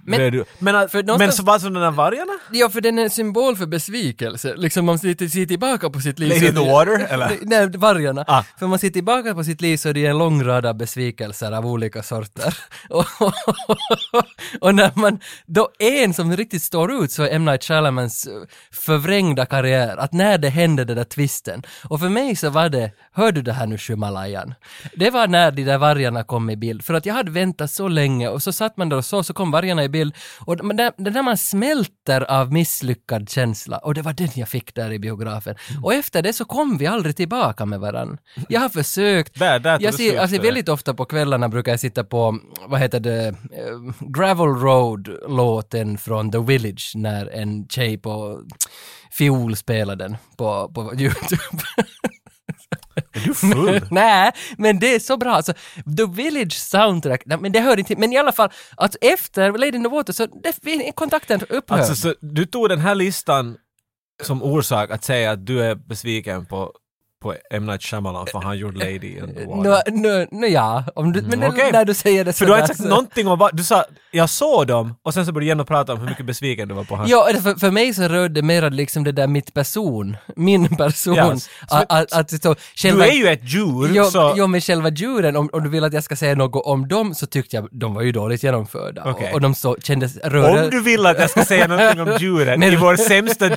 Speaker 1: Men-
Speaker 2: Men, du. men, att-
Speaker 1: för
Speaker 2: men
Speaker 1: någonstans-
Speaker 2: så var det som de där vargarna?
Speaker 1: Ja, för den är en symbol för besvikelse. Liksom man ser, ser tillbaka på sitt liv.
Speaker 2: Lady
Speaker 1: så-
Speaker 2: in the water, eller?
Speaker 1: Nej, vargarna.
Speaker 2: Ah.
Speaker 1: För man ser tillbaka på sitt liv så är det en lång rad av besvikelser av olika sorter. och, och när man då en som riktigt står ut så är M. Night Shyamalans eh, förvrängda karriär, att när det hände den där twisten. Och för mig så var det, hör du det här nu Shumalayan? Det var när de där vargarna kom i bild, för att jag hade väntat så länge och så satt man där och så, så kom vargarna i bild. Och men där, det där man smälter av misslyckad känsla, och det var den jag fick där i biografen. Och efter det så kom vi aldrig tillbaka med varann. Jag har försökt,
Speaker 2: Där, där tog
Speaker 1: jag
Speaker 2: det
Speaker 1: ser,
Speaker 2: slut
Speaker 1: alltså,
Speaker 2: för dig.
Speaker 1: väldigt ofta på kvällarna brukar jag sitta på, vad heter det, eh, Gravel Road-låten från The Village när en tjej på fiol spelar den på, på YouTube.
Speaker 2: Är du full?
Speaker 1: Nej, men det är så bra. Alltså, The Village soundtrack, nej, men det hör inte till. Men i alla fall, alltså, efter Lady in the Water så det, kontakten upphör.
Speaker 2: alltså, så, du tog den här listan som orsak att säga att du är besviken på, på M. Night Shyamalan för han gjorde Lady in the Water.
Speaker 1: Nå, nå, nå, ja, om du, men
Speaker 2: Mm, okej.
Speaker 1: när du säger det
Speaker 2: För du har
Speaker 1: sådär
Speaker 2: inte sagt någonting om vad... Du sa jag såg dem och sen så började du igen prata om hur mycket besviken du var på hans...
Speaker 1: Ja, eller för, för mig så rörde det mer liksom det där mitt person, min person.
Speaker 2: Ja, så-
Speaker 1: att, att, att det står-
Speaker 2: Du
Speaker 1: själva,
Speaker 2: är ju ett djur,
Speaker 1: jo,
Speaker 2: så...
Speaker 1: jo, men själva djuren, om, om du vill att jag ska säga något om dem så tyckte jag de var ju dåligt genomförda.
Speaker 2: Okej.
Speaker 1: Och, och de så, kändes rörelse...
Speaker 2: Om du vill att jag ska säga någonting om djuren
Speaker 1: Men-
Speaker 2: i vår sämsta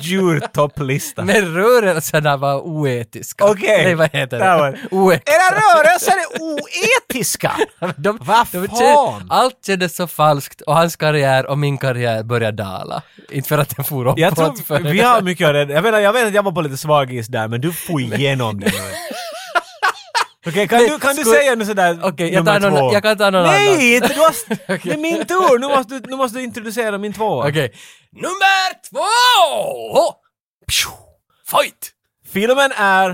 Speaker 2: djurtopplista.
Speaker 1: Men rörelserna var oetiska.
Speaker 2: Okej.
Speaker 1: Nej, vad heter
Speaker 2: Där
Speaker 1: det?
Speaker 2: var- Eh,
Speaker 1: Oetiska.
Speaker 2: Era rörelser är oetiska!
Speaker 1: De,
Speaker 2: Vad
Speaker 1: de-
Speaker 2: fan?
Speaker 1: allt kändes så falskt och hans karriär och min karriär började dala. Inte för att den for uppåt.
Speaker 2: Jag
Speaker 1: för...
Speaker 2: tror vi har mycket av det. Jag vet, jag vet att jag var på lite svagis där, men du får igenom det. Okej, kan,
Speaker 1: Men,
Speaker 2: du, kan du
Speaker 1: skulle-
Speaker 2: säga nu sådär
Speaker 1: Okej, jag
Speaker 2: nummer
Speaker 1: tar någon-
Speaker 2: två?
Speaker 1: jag kan ta någon
Speaker 2: Nej,
Speaker 1: annan.
Speaker 2: inte du har... Det är min tur! Nu måste, du- nu måste du introducera min tvåa.
Speaker 1: Okej. Nummer två! Pju! Fight!
Speaker 2: Filmen är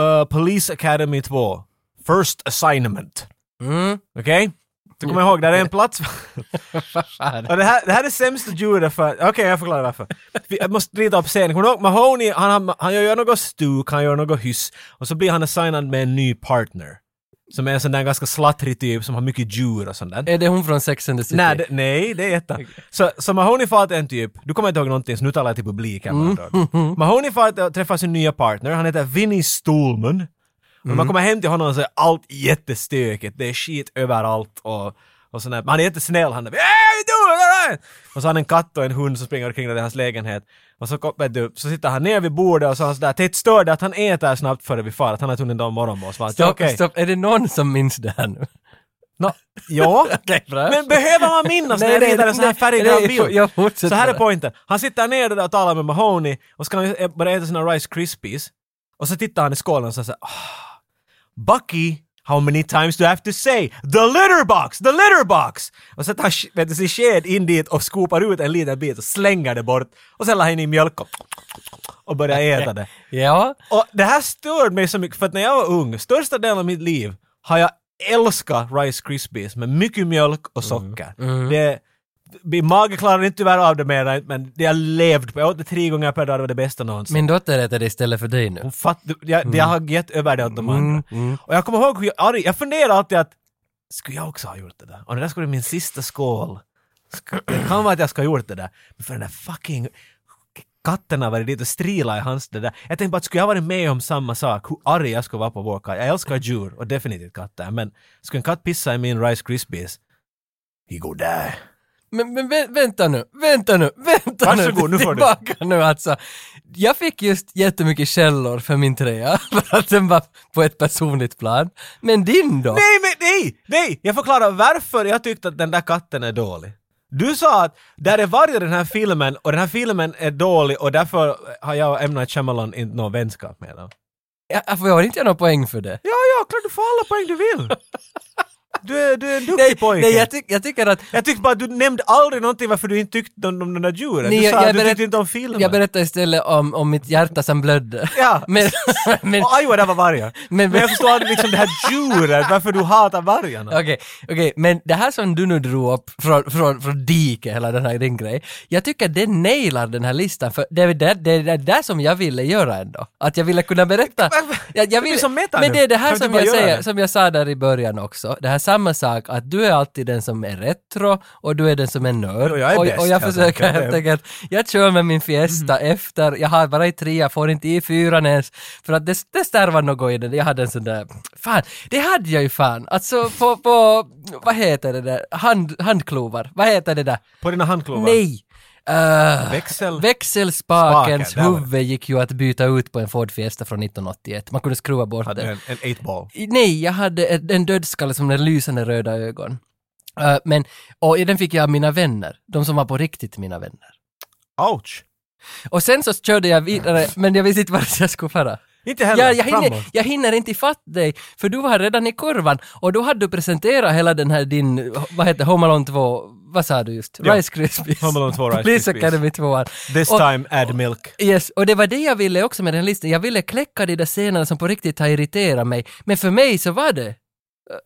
Speaker 2: uh, Police Academy 2. First assignment.
Speaker 1: Mm.
Speaker 2: Okej? Du kommer ihåg, där är en plats...
Speaker 1: Vad fan?
Speaker 2: Ja, det, här, det här är sämsta ljudet för... Okej, jag förklarar varför. Vi, jag måste rita upp scenen. Kommer du ihåg Mahoney? Han, han, han gör något stuk, han gör något hyss. Och så blir han assignad med en ny partner. Som är en sån där ganska slattrig typ som har mycket djur och sånt där.
Speaker 1: Är det hon från Sex and the City?
Speaker 2: Nej, det, nej, det är ettan. Så, så Mahoney far till en typ, du kommer inte ihåg någonting så nu talar jag till publiken. Mm. Mahoney far till- träffar sin nya partner, han heter Vinnie Stolman. Och man kommer hem till honom så är allt jättestökigt, det är skit överallt och, och sådär. Men han är jättesnäll, han är hey, du, all right! Och så har han en katt och en hund som springer omkring där i hans lägenhet. Och så, kom- vet du, så sitter han ner vid bordet och så har han sådär, titt stör det att han äter snabbt före vi far, att han har hunnit ta morgonmål. Så man,
Speaker 1: Stopp,
Speaker 2: okej.
Speaker 1: stopp, är det någon som minns det här nu?
Speaker 2: Nå, ja.
Speaker 1: Okej, bra.
Speaker 2: Men behöver man minnas när
Speaker 1: Nej,
Speaker 2: jag
Speaker 1: nej,
Speaker 2: ritar en sån här
Speaker 1: nej,
Speaker 2: färggrann
Speaker 1: nej, jag
Speaker 2: bild?
Speaker 1: fortsätter
Speaker 2: Så här är
Speaker 1: bara.
Speaker 2: pointen. Han sitter nere där och talar med Mahoney och ska han börja äta sina Rice Krispies. Och så tittar han i skålen och så säger "Ah, Bucky, how many times do I have to say? The litter box! The litter box! Och så tar han sk- vet du, sin sked in dit och skopar ut en liten bit och slänger det bort. Och sen la han in mjölk och, och börjar äta det.
Speaker 1: Ja,
Speaker 2: Och det här störde mig så mycket, för att när jag var ung, största delen av mitt liv har jag älskat Rice Krispies med mycket mjölk och socker. Det, min mage klarar inte tyvärr av det mer, men det jag levde på, jag åt det tre gånger per dag, det var det bästa någonsin.
Speaker 1: min dotter äter det istället för dig nu.
Speaker 2: Hon fatt, jag, jag har gett över det åt de andra. Och jag kommer ihåg hur jag arg, jag funderar alltid att skulle jag också ha gjort det där? Och det där skulle vara min sista skål. Sk- Det kan vara att jag ska ha gjort det där. Men för den där fucking katten har varit dit och strilat i hans det där. Jag tänkte bara att skulle jag varit med om samma sak, hur arg jag skulle vara på vår katt. Jag älskar djur och definitivt katter, men skulle en katt pissa i min Rice Krispies, he go die.
Speaker 1: Men, men vä- vänta nu, vänta nu, vänta
Speaker 2: Varsågod,
Speaker 1: nu!
Speaker 2: nu får du.
Speaker 1: Tillbaka nu alltså. Jag fick just jättemycket källor för min trea, för att den var på ett personligt plan. Men din då?
Speaker 2: Nej, men nej, nej! Jag förklarar varför jag tyckte att den där katten är dålig. Du sa att där är varje i den här filmen och den här filmen är dålig och därför har jag och M. Night Shyamalan inte någon vänskap med dem.
Speaker 1: Jag får jag inte göra någon poäng för det?
Speaker 2: Ja, ja, klart du får alla poäng du vill! Du är, du är en duktig
Speaker 1: Nej,
Speaker 2: pojke.
Speaker 1: nej jag,
Speaker 2: jag,
Speaker 1: tyck, jag tycker att...
Speaker 2: tyckte bara att du nämnde aldrig någonting varför du inte tyckte om, om de där djuren.
Speaker 1: Nej,
Speaker 2: du sa
Speaker 1: jag- jag
Speaker 2: att du
Speaker 1: berätt-
Speaker 2: tyckte inte om filmen.
Speaker 1: Jag berättar istället om, om mitt hjärta som blödde.
Speaker 2: Ja.
Speaker 1: Men, men,
Speaker 2: Och aj vad det var vargar.
Speaker 1: Men-
Speaker 2: Men, jag förstår aldrig liksom det här djuret, varför du hatar vargarna.
Speaker 1: Okej, okej, men det här som du nu drog upp från, från, från diket, hela den här din grej. Jag tycker det nailar den här listan, för det är det, det, är det där som jag ville göra ändå. Att jag ville kunna berätta. Jag, jag
Speaker 2: Det blir som meta
Speaker 1: men
Speaker 2: nu.
Speaker 1: det är det här
Speaker 2: Kan du
Speaker 1: som
Speaker 2: bara
Speaker 1: jag,
Speaker 2: göra
Speaker 1: säger,
Speaker 2: det?
Speaker 1: som jag sa där i början också. Det här samma sak, att du är alltid den som är retro och du är den som är nörd.
Speaker 2: Och jag är
Speaker 1: och,
Speaker 2: bäst,
Speaker 1: och jag
Speaker 2: helt
Speaker 1: försöker
Speaker 2: enkelt. Mhm.
Speaker 1: helt enkelt, jag kör med min Fiesta efter, jag har bara i trea, får inte i fyran ens. För att det, det stärvar något i den, jag hade en sån där, fan, det hade jag ju fan. Alltså på, på vad heter det där, Hand, handklovar, vad heter det där?
Speaker 2: På dina handklovar.
Speaker 1: Nej! Uh,
Speaker 2: Växel.
Speaker 1: växelspakens
Speaker 2: Spaken, där var det.
Speaker 1: huvud gick ju att byta ut på en Ford Fiesta från 1981, man kunde skruva bort
Speaker 2: Hade
Speaker 1: det.
Speaker 2: En, en eight ball.
Speaker 1: I- Nej, jag hade ett- en dödskalle som hade lysande röda ögon. Eh, men, och i den fick jag av mina vänner, de som var på riktigt mina vänner.
Speaker 2: Ouch!
Speaker 1: Och sen så körde jag vidare, men jag visste inte vart jag skulle fara.
Speaker 2: Inte heller.
Speaker 1: Jag, jag, hinner,
Speaker 2: Framåt.
Speaker 1: jag hinner inte ifatt dig, för du var här redan i kurvan och då hade du presenterat hela den här din, vad heter Home Alone 2, vad sa du just?
Speaker 2: Ja.
Speaker 1: Rice Krispies.
Speaker 2: Home Alone 2 Rice
Speaker 1: Police
Speaker 2: Krispies.
Speaker 1: Academy 2.
Speaker 2: This
Speaker 1: Och-
Speaker 2: time add milk.
Speaker 1: Yes, och det var det jag ville också med den listan. Jag ville kläcka de där scenerna som på riktigt har irriterat mig. Men för mig så var det... eh,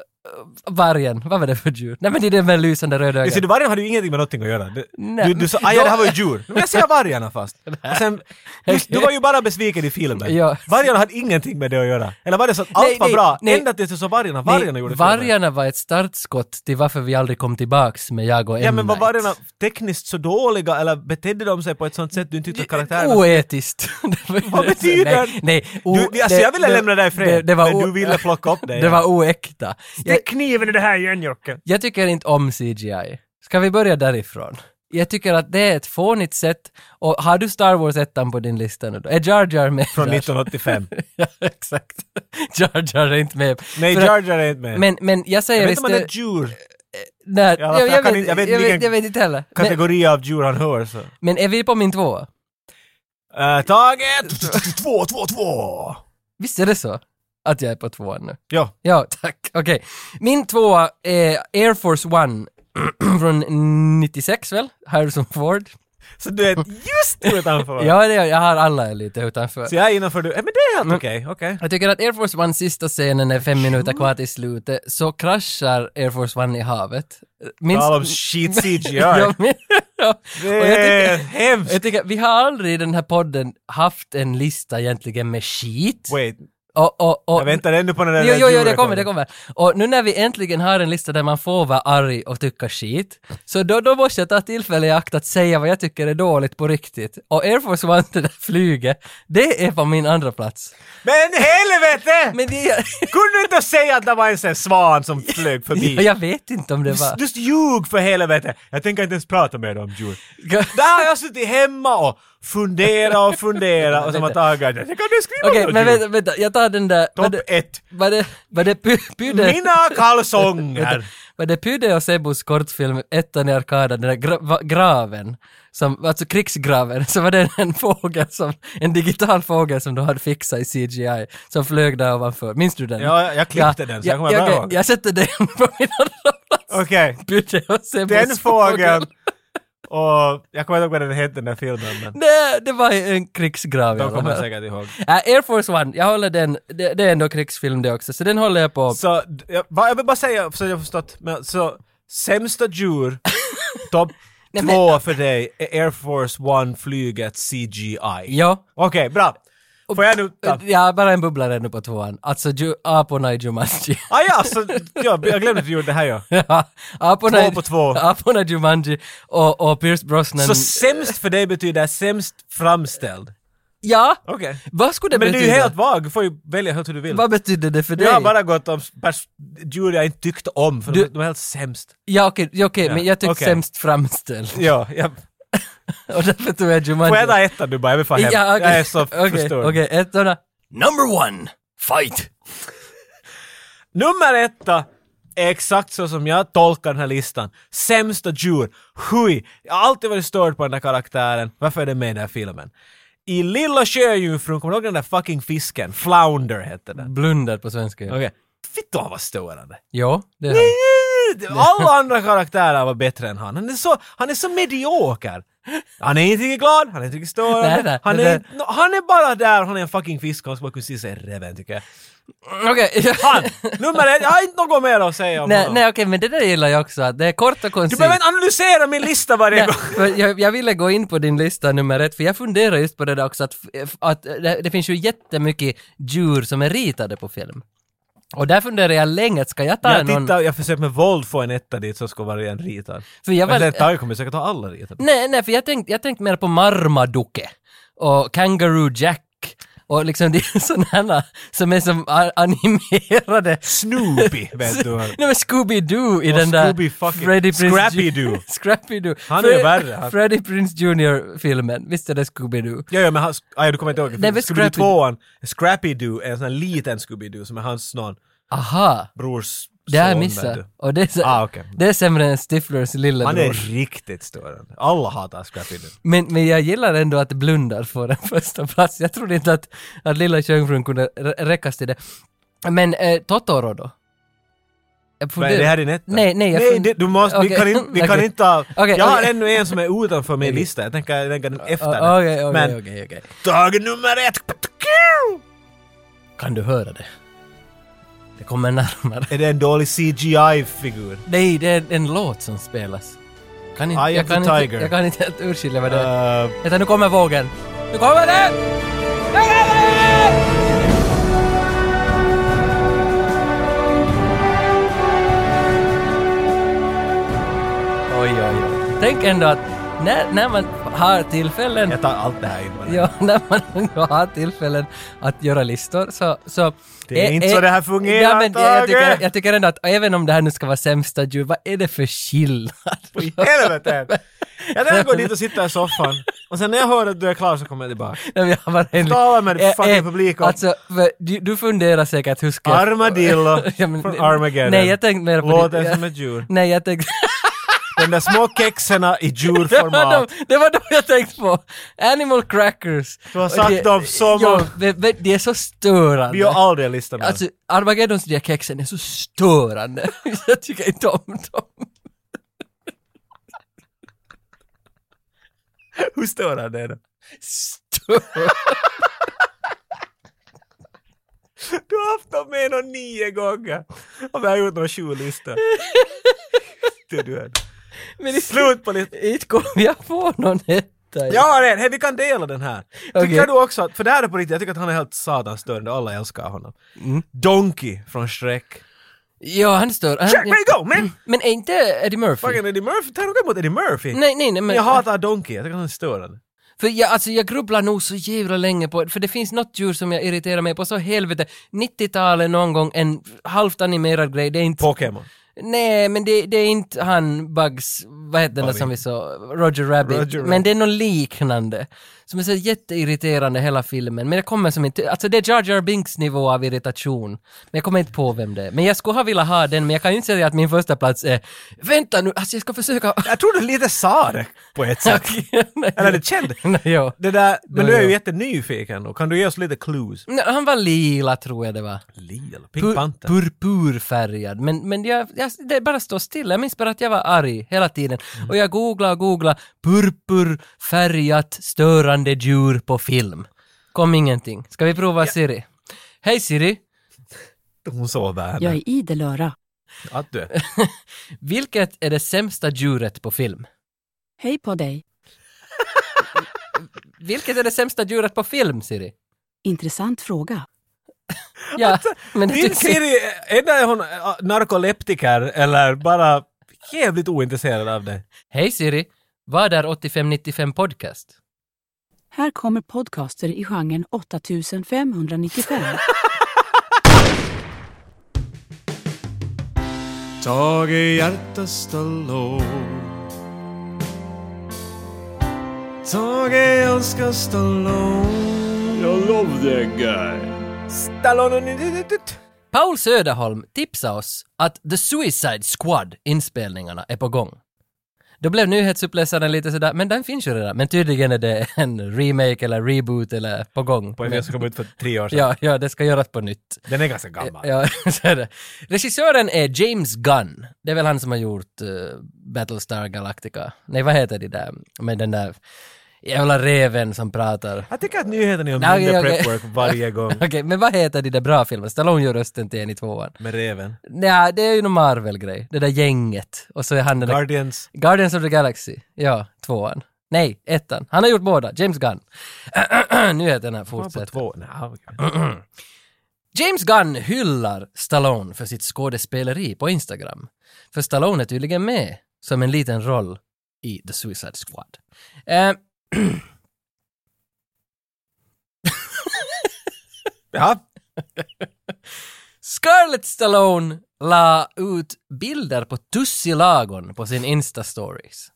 Speaker 1: vargen, vad var det för djur? Nej men det är det med lysande röda
Speaker 2: Du ser,
Speaker 1: ögon.
Speaker 2: du, vargen hade ju ingenting med någonting att göra. Du,
Speaker 1: Nej,
Speaker 2: du, du sa aj, det här var ju djur. Men jag säger vargarna fast. Och Sen, du, du var ju bara besviken i filmen.
Speaker 1: Ja.
Speaker 2: Vargarna hade ingenting med det att göra. Eller var det så att allt
Speaker 1: Nej,
Speaker 2: var
Speaker 1: nej,
Speaker 2: bra,
Speaker 1: nej.
Speaker 2: ända tills du sa vargarna?
Speaker 1: Nej,
Speaker 2: Vargarna gjorde filmen.
Speaker 1: vargarna var ett startskott till varför vi aldrig kom tillbaks med jag och
Speaker 2: Ja
Speaker 1: M.
Speaker 2: men var
Speaker 1: Night.
Speaker 2: vargarna tekniskt så dåliga eller betedde de sig på ett sånt sätt du inte tyckte att karaktärerna...
Speaker 1: Oetiskt. Det var ju
Speaker 2: Vad
Speaker 1: det som-
Speaker 2: betyder
Speaker 1: nej, nej, o-
Speaker 2: Du, alltså jag ville lämna dig i fred, men
Speaker 1: o-
Speaker 2: du ville plocka upp dig.
Speaker 1: Det var oäkta. Jag,
Speaker 2: Stick kniven i det här igen Jocke!
Speaker 1: Jag tycker inte om CGI. Ska vi börja därifrån? Jag tycker att det är ett fånigt sätt. Och har du Star Wars 1 på din lista nu då? Är Jar Jar med?
Speaker 2: Från
Speaker 1: där?
Speaker 2: 1985.
Speaker 1: ja, exakt. Jar Jar är inte med.
Speaker 2: Nej,
Speaker 1: För att-
Speaker 2: Jar Jar är inte med.
Speaker 1: Men, men eh, jag
Speaker 2: jag
Speaker 1: säger
Speaker 2: vet inte om han är
Speaker 1: istället...
Speaker 2: ett djur.
Speaker 1: Nej,
Speaker 2: Ja,
Speaker 1: jag,
Speaker 2: jag
Speaker 1: jag,
Speaker 2: kan
Speaker 1: vet,
Speaker 2: inte- jag
Speaker 1: jag,
Speaker 2: vet
Speaker 1: vet,
Speaker 2: inte
Speaker 1: jag, vet,
Speaker 2: vilken
Speaker 1: inte heller. Men,
Speaker 2: Kategori av djur han hör så.
Speaker 1: men är vi på min tvåa?
Speaker 2: Uh, taget! Två, två, två!
Speaker 1: Visst är det så? Att jag är på tvåan nu?
Speaker 2: Ja.
Speaker 1: Ja, tack. Okej. Min tvåa är Air Force One från 96 väl? Harrison Ford.
Speaker 2: Så du är just utanför.
Speaker 1: Ja, det, jag har alla är lite utanför.
Speaker 2: Så jag är innanför du. Eh, men det är helt okej, okej.
Speaker 1: Jag tycker att Air Force One sista scenen är fem minuter kvar till slutet, så kraschar Air Force One i havet. Minst...
Speaker 2: Tala om shit CGI.
Speaker 1: Ja, men- ja.
Speaker 2: Det
Speaker 1: Och jag
Speaker 2: är
Speaker 1: tycker,
Speaker 2: hemskt.
Speaker 1: jag tycker, vi har aldrig i den här podden haft en lista egentligen med skit.
Speaker 2: Wait,
Speaker 1: Och, och, och,
Speaker 2: jag väntar ännu på när den
Speaker 1: Jo,
Speaker 2: där
Speaker 1: jo, jo,
Speaker 2: djuren
Speaker 1: det kommer, det kommer. Och nu när vi äntligen har en lista där man får vara arg och tycka skit, så då, då måste jag ta tillfälle i akt att säga vad jag tycker är dåligt på riktigt. Och Air Force One, det där flyget, det är på min andra plats.
Speaker 2: Men helvete!
Speaker 1: Men det...
Speaker 2: Kunde du inte säga att det var en sån här svan som flög förbi?
Speaker 1: Jag vet inte om det var...
Speaker 2: Du ljug för helvete! Jag tänker inte ens prata med dig om djur. Där har jag suttit hemma och fundera och fundera och som har tagit... Jag tänker inte skriva
Speaker 1: Okej,
Speaker 2: om
Speaker 1: men
Speaker 2: djur.
Speaker 1: vänta, vänta, jag tar den där... var
Speaker 2: Topp
Speaker 1: det-
Speaker 2: ett.
Speaker 1: Var det, var det Py- Pydde...
Speaker 2: Mina kalsonger!
Speaker 1: Var det Pydde och Sebos kortfilm Ettan i arkaden, den där gra, va, graven, som, alltså krigsgraven, så var det en fågel som, en digital fågel som de hade fixat i CGI, som flög där ovanför. Minns du den?
Speaker 2: Ja, jag klippte den, så jag kommer
Speaker 1: ja,
Speaker 2: bra
Speaker 1: okej,
Speaker 2: ihåg.
Speaker 1: Jag sätter den på min andra plats.
Speaker 2: Okej,
Speaker 1: Pydde och Sebos
Speaker 2: den fågeln och... Jag kommer inte ihåg vad den hette den där filmen men...
Speaker 1: Nej, det var en krigsgrav. i
Speaker 2: De
Speaker 1: alla
Speaker 2: kommer
Speaker 1: fall.
Speaker 2: säkert ihåg.
Speaker 1: Äh, Air Force One, jag håller den, det, det är ändå krigsfilm det också, så den håller jag på.
Speaker 2: Så, d- jag, bara- jag vill bara säga så jag har förstått, men så sämsta djur, topp
Speaker 1: Nej, men-
Speaker 2: två för dig är Air Force One flyget CGI. Okej,
Speaker 1: Ja. bra.
Speaker 2: får jag nu ta?
Speaker 1: Ja, bara en bubblare ännu på tvåan. Alltså, ju, aporna i Jumanji.
Speaker 2: Ah, ja, så, ja, jag glömde att du gjorde det här ja.
Speaker 1: Ja, aporna,
Speaker 2: Två på två.
Speaker 1: Aporna i Jumanji och, och Pierce Brosnan.
Speaker 2: Så sämst för dig betyder sämst framställd.
Speaker 1: ja,
Speaker 2: Okej.
Speaker 1: vad skulle det
Speaker 2: Men du är
Speaker 1: betyda?
Speaker 2: ju helt vag, du får ju välja helt hur du vill.
Speaker 1: Vad betyder det för dig?
Speaker 2: Jag har bara gått om pers- djur jag inte tyckte om, för
Speaker 1: Du-
Speaker 2: de, de är helt sämst.
Speaker 1: Ja, okej, ja, okej, men jag tyckte
Speaker 2: okej.
Speaker 1: sämst framställd.
Speaker 2: Ja, jag,
Speaker 1: Och därför tog jag Jumanji.
Speaker 2: får jag ta ettan nu bara? Jag vill fan hem.
Speaker 1: Ja, okej.
Speaker 2: Jag är så
Speaker 1: Okej,
Speaker 2: förstörd.
Speaker 1: Okej, ettorna. Number one! Fight!
Speaker 2: Nummer etta är exakt så som jag tolkar den här listan. Sämsta djur. Hui! Jag har alltid varit störd på den där karaktären. Varför är den med i den här filmen? I Lilla Sjöjungfrun, kommer du ihåg den där fucking fisken? Flounder hette den.
Speaker 1: Blunder på svenska.
Speaker 2: Okej. Fitt vad han var störande.
Speaker 1: Ja, det är han.
Speaker 2: Alla andra karaktärer var bättre än han. Han är så, han är så medioker. Han är inte riktigt glad, han är inte riktigt
Speaker 1: Nej,
Speaker 2: störande.
Speaker 1: nej,
Speaker 2: Han
Speaker 1: det
Speaker 2: är,
Speaker 1: där-
Speaker 2: no, han är bara där, han är en fucking fisk. Han ska bara kunna se sig i reven tycker jag.
Speaker 1: Okej.
Speaker 2: Han! Nummer ett, jag har inte något mer att säga om
Speaker 1: Nej,
Speaker 2: honom.
Speaker 1: nej okej, men det där gillar jag också, att det är kort och
Speaker 2: Du
Speaker 1: koncist.
Speaker 2: behöver inte analysera min lista varje gång!
Speaker 1: För jag, jag ville gå in på din lista nummer ett, för jag funderar just på det där också att, f- eh, att det, det finns ju jättemycket djur som är ritade på film. Och där funderar jag länge, ska jag ta
Speaker 2: Jag
Speaker 1: någon?
Speaker 2: tittar, jag försöker med våld få en etta dit som ska vara en ritad.
Speaker 1: För jag var-
Speaker 2: Eller Tarja kommer säkert ha alla ritade.
Speaker 1: Nej, nej, för jag tänkte jag tänkt mer på Marmaduke och Kangaroo Jack och liksom det är sådana som är som a- animerade.
Speaker 2: Snoopy vet du.
Speaker 1: Nej men Scooby-Doo i
Speaker 2: Och
Speaker 1: den där
Speaker 2: Scooby fucking-
Speaker 1: Freddy Prinze
Speaker 2: Scrappy-Doo.
Speaker 1: Scrappy-Doo.
Speaker 2: Han är ju
Speaker 1: Fre-
Speaker 2: värre, han-
Speaker 1: Freddy Prince Jr-filmen, visst är det Scooby-Doo?
Speaker 2: Ja, ja, men han, ah, ja, du kommer inte ihåg.
Speaker 1: Nej, men
Speaker 2: Scooby-Doo
Speaker 1: Scrappy-
Speaker 2: 2an, Scrappy-Doo är en sån här liten Scooby-Doo som är hans någon
Speaker 1: Aha!
Speaker 2: brors
Speaker 1: Det har jag
Speaker 2: son, vet
Speaker 1: missat.
Speaker 2: du.
Speaker 1: Och det är, så,
Speaker 2: Ah, okej.
Speaker 1: det är sämre än Stiflers
Speaker 2: Han är
Speaker 1: lillebror.
Speaker 2: riktigt störande. Alla hatar Scrappy-Doo.
Speaker 1: Men, men jag gillar ändå att Blundar får den första plats. Jag trodde inte att, att Lilla Sjöjungfrun kunde rä- räckas till det. Men eh, Totoro då? Jag
Speaker 2: Men det här är din etta.
Speaker 1: Nej, nej, jag
Speaker 2: nej
Speaker 1: fun-
Speaker 2: det, du måste, vi
Speaker 1: Okej.
Speaker 2: kan, in, vi kan
Speaker 1: Okej.
Speaker 2: inte ha...
Speaker 1: Okej,
Speaker 2: jag har
Speaker 1: okej.
Speaker 2: ännu en som är utanför min lista. Jag tänker lägga den efter. den.
Speaker 1: Ah, Okej, okej,
Speaker 2: men
Speaker 1: okej, okej.
Speaker 2: dag nummer ett!
Speaker 1: Kan du höra det? Det kommer närmare.
Speaker 2: Är det en dålig CGI-figur?
Speaker 1: Nej, det är en låt som spelas. Kan inte,
Speaker 2: Eye
Speaker 1: jag,
Speaker 2: of the
Speaker 1: kan inte,
Speaker 2: Tiger.
Speaker 1: jag kan inte helt urskilja vad det är.
Speaker 2: Uh,
Speaker 1: Vänta, nu kommer vågen! Nu kommer den! Oj, oj, oj. Tänk ändå att när, när man har tillfällen
Speaker 2: jag tar allt det här in bara.
Speaker 1: Ja, när man ändå har tillfällen att göra listor så... så
Speaker 2: Det är
Speaker 1: eh,
Speaker 2: inte
Speaker 1: eh,
Speaker 2: så det här fungerar,
Speaker 1: ja, men jag, jag,
Speaker 2: Tage!
Speaker 1: tycker, jag tycker ändå att även om det här nu ska vara sämsta djur, vad är det för skillnad?
Speaker 2: I helvete! Jag tänker gå dit och sitta i soffan och sen när jag hör att du är klar så kommer jag tillbaka.
Speaker 1: Nej, men jag bara en...
Speaker 2: Tala med din fucking publik om-
Speaker 1: Alltså, för, du, du funderar säkert hur ska jag-
Speaker 2: Armadillo från Armageddon.
Speaker 1: Nej, jag tänkte mer på...
Speaker 2: Låten
Speaker 1: ditt-
Speaker 2: som ett djur.
Speaker 1: Nej, jag tänkte...
Speaker 2: De där små kexerna i
Speaker 1: det, var de,
Speaker 2: djurformat.
Speaker 1: det var de jag tänkte på! Animal crackers.
Speaker 2: Du har
Speaker 1: Och
Speaker 2: sagt
Speaker 1: det-
Speaker 2: dem så
Speaker 1: Jo,
Speaker 2: många-
Speaker 1: men- men Det är så störande.
Speaker 2: Vi har aldrig listat med.
Speaker 1: Alltså, Armageddons nya kexen är så störande. jag tycker inte om dem.
Speaker 2: Hur står han där då? Du har haft dem med någon nio gånger. Och vi har gjort några sju listor. Det du är.
Speaker 1: Men i-
Speaker 2: Slut på listan.
Speaker 1: inte kom jag på någon etta.
Speaker 2: Jag har en! Hej, vi kan dela den här.
Speaker 1: Okej.
Speaker 2: Tycker du också, att- för det här är på riktigt, jag tycker att han är helt satansstörande, alla älskar honom.
Speaker 1: Mm.
Speaker 2: Donkey från Shrek.
Speaker 1: Ja, han stör. Han,
Speaker 2: Shrek, where you go man!
Speaker 1: Men är inte Eddie Murphy?
Speaker 2: Fucking Eddie Murphy, ta något mot Eddie Murphy!
Speaker 1: Nej, nej, nej. Men,
Speaker 2: jag hatar Donkey, jag tycker han är störande.
Speaker 1: För jag, alltså, jag grubblar nog så jävla länge på för det finns något djur som jag irriterar mig på så helvete. 90-talet någon gång, en halvt animerad grej, det är inte...
Speaker 2: Pokémon.
Speaker 1: Nej, men det, det är inte han Bugs, vad heter den där
Speaker 2: Bunny.
Speaker 1: som vi sa, Roger Rabbit.
Speaker 2: Roger Rabbit.
Speaker 1: men det är något liknande. Som är så jätteirriterande hela filmen. Men jag kommer som inte, alltså det är Jar Jar Binks nivå av irritation. Men jag kommer inte på vem det är. Men jag skulle ha velat ha den, men jag kan ju inte säga att min första plats är, vänta nu, alltså jag ska försöka.
Speaker 2: Jag tror du lite sa det på ett sätt.
Speaker 1: Nej.
Speaker 2: Eller det kände.
Speaker 1: Nej, ja.
Speaker 2: Det där,
Speaker 1: Ja,
Speaker 2: men du är
Speaker 1: ja.
Speaker 2: ju jättenyfiken och kan du ge oss lite clues?
Speaker 1: Nej, Han var lila tror jag det var.
Speaker 2: Lila,
Speaker 1: Pu-
Speaker 2: Pink Panther.
Speaker 1: Purpurfärgad. Men, men jag, jag, det bara står stilla. Jag minns bara att jag var arg hela tiden. Och jag googlade och googlade purpurfärgat störande djur på film. Kom ingenting. Ska vi prova Siri? Hej Siri!
Speaker 2: Hon sover här.
Speaker 4: Jag
Speaker 2: nu.
Speaker 4: är idel öra.
Speaker 2: Att du är.
Speaker 1: Vilket är det sämsta djuret på film?
Speaker 4: Hej på dig.
Speaker 1: Vilket är det sämsta djuret på film, Siri?
Speaker 4: Intressant fråga.
Speaker 1: Ja, men det
Speaker 2: Din
Speaker 1: tycker jag.
Speaker 2: Siri, är hon äh, narkoleptiker eller bara jävligt ointresserad av dig?
Speaker 1: Hej Siri! Vad är 8595 podcast?
Speaker 4: Här kommer podcaster i genren 8595.
Speaker 5: Tage Hjertestallone. Tage elsker Stallone.
Speaker 3: I love that guy.
Speaker 2: Stallone...
Speaker 1: Paul Söderholm tipsade oss att The Suicide Squad inspelningarna är på gång. Då blev nyhetsuppläsaren lite sådär, men den finns ju redan. Men tydligen är det en remake eller reboot eller på gång.
Speaker 2: På en film som kom ut för tre år sedan.
Speaker 1: Ja, ja, det ska göras på nytt.
Speaker 2: Den är ganska gammal.
Speaker 1: Ja, så är det. Regissören är James Gunn. Det är väl han som har gjort eh, Battlestar Galactica. Nej, vad heter det där med den där jävla reven som pratar?
Speaker 2: Jag tycker att nyheten är om
Speaker 1: Nej,
Speaker 2: mindre
Speaker 1: okej.
Speaker 2: prep work varje gång.
Speaker 1: Okej, men vad heter de där bra filmerna? Stallone gör rösten till en i tvåan.
Speaker 2: Med reven.
Speaker 1: Nej, det är ju någon Marvel-grej. Det där gänget. Och så är han den där...
Speaker 2: Guardians.
Speaker 1: Guardians of the Galaxy. Ja, tvåan. Nej, ettan. Han har gjort båda. James Gunn. Nyheten här
Speaker 2: Fan på
Speaker 1: fortsätter.
Speaker 2: två. Nej, okej.
Speaker 1: James Gunn hyllar Stallone för sitt skådespeleri på Instagram. För Stallone är tydligen med som en liten roll i The Suicide Squad. Eh,
Speaker 2: Ja,
Speaker 1: Scarlett Stallone la ut bilder på tussilagon på sin Insta-stories.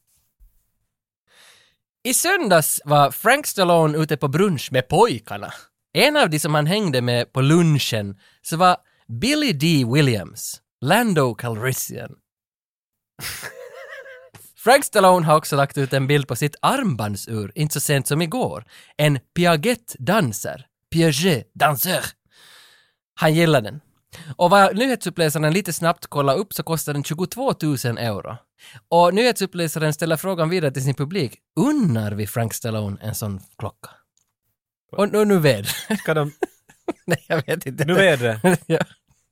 Speaker 1: I söndags var Frank Stallone ute på brunch med pojkarna. En av de som han hängde med på lunchen så var Billy D. Williams, Lando Calrissian. Frank Stallone har också lagt ut en bild på sitt armbandsur, inte så sent som igår. En Piaget-danser. Piaget-danser. Han gillar den. Och vad nyhetsuppläsaren lite snabbt kollade upp så kostar den 22 000 euro. Och nyhetsuppläsaren ställer frågan vidare till sin publik. Unnar vi Frank Stallone en sån klocka? Och nu, nu ved.
Speaker 2: ska de...
Speaker 1: Nej, jag vet inte.
Speaker 2: Nu är det.
Speaker 1: ja.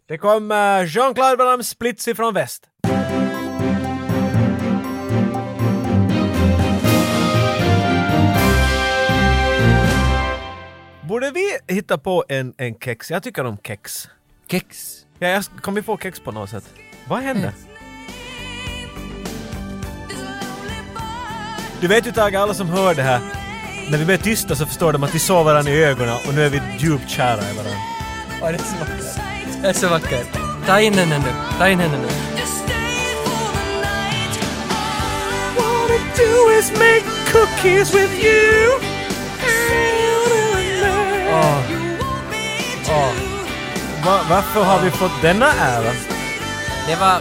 Speaker 2: Det kom eh, Jean-Claude Van Damme Splits ifrån väst. Borde vi hitta på en, en kex? Jag tycker om kex.
Speaker 1: Kex.
Speaker 2: Ja, jag, kommer vi få kex på något sätt? Vad händer? Du vet ju Tage, alla som hör det här, när vi blir tysta så förstår de att vi såg varandra i ögonen och nu är vi djupt kära i varandra.
Speaker 1: Åh, det är så vackert. Det är så vackert. Ta in henne nu. Ta in henne nu.
Speaker 2: All I do is make cookies with you.
Speaker 1: Åh. Åh.
Speaker 2: Va, varför har vi fått denna ära?
Speaker 1: Det var...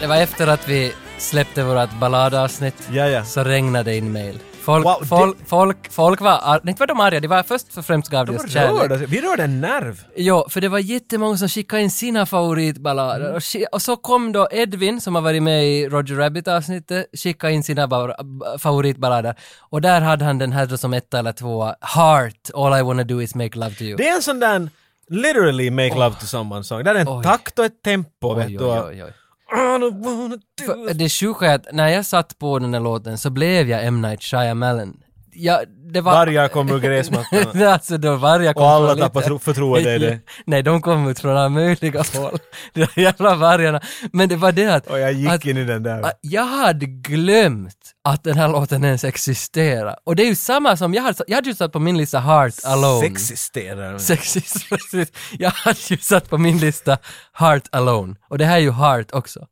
Speaker 1: Det var efter att vi släppte vårt balladavsnitt
Speaker 2: Ja, ja.
Speaker 1: så regnade det in mail. Folk,
Speaker 2: Wow, det-
Speaker 1: folk, folk, folk var, ar- inte var de arga, de var först och främst gav de
Speaker 2: De
Speaker 1: oss kärlek.
Speaker 2: rörde sig. Vi rörde en nerv.
Speaker 1: Ja, för det var jättemånga som skickade in sina favoritballader. Och, ski- och så kom då Edvin, som har varit med i Roger Rabbit-avsnittet, skickade in sina bar- b- favoritballader. Och där hade han den här då som etta eller tvåa, Heart, All I wanna do is make love to you.
Speaker 2: Det är en sån där literally make love to someone song. Det är en
Speaker 1: Oj.
Speaker 2: takt och ett tempo vet
Speaker 1: Oj,
Speaker 2: du.
Speaker 1: oj,
Speaker 2: och-
Speaker 1: oj, oj.
Speaker 2: I don't wanna do
Speaker 1: För det sjuka är att när jag satt på den här låten så blev jag M. Night Shyamalan. Ja, det var...
Speaker 2: Vargar kommer ur gräsmattan.
Speaker 1: Nej, alltså då vargar kom
Speaker 2: Och alla
Speaker 1: från
Speaker 2: tappar tro- förtroende i det.
Speaker 1: Nej, de kom ut från alla möjliga håll. De där jävla vargarna. Men det var det att...
Speaker 2: Och jag gick
Speaker 1: att,
Speaker 2: in i den där.
Speaker 1: att jag hade glömt att den här låten ens existerar. Och det är ju samma som, jag hade, jag hade ju satt på min lista Heart Alone.
Speaker 2: Sexisterar.
Speaker 1: Sexist, precis. Jag hade ju satt på min lista Heart Alone. Och det här är ju Heart också.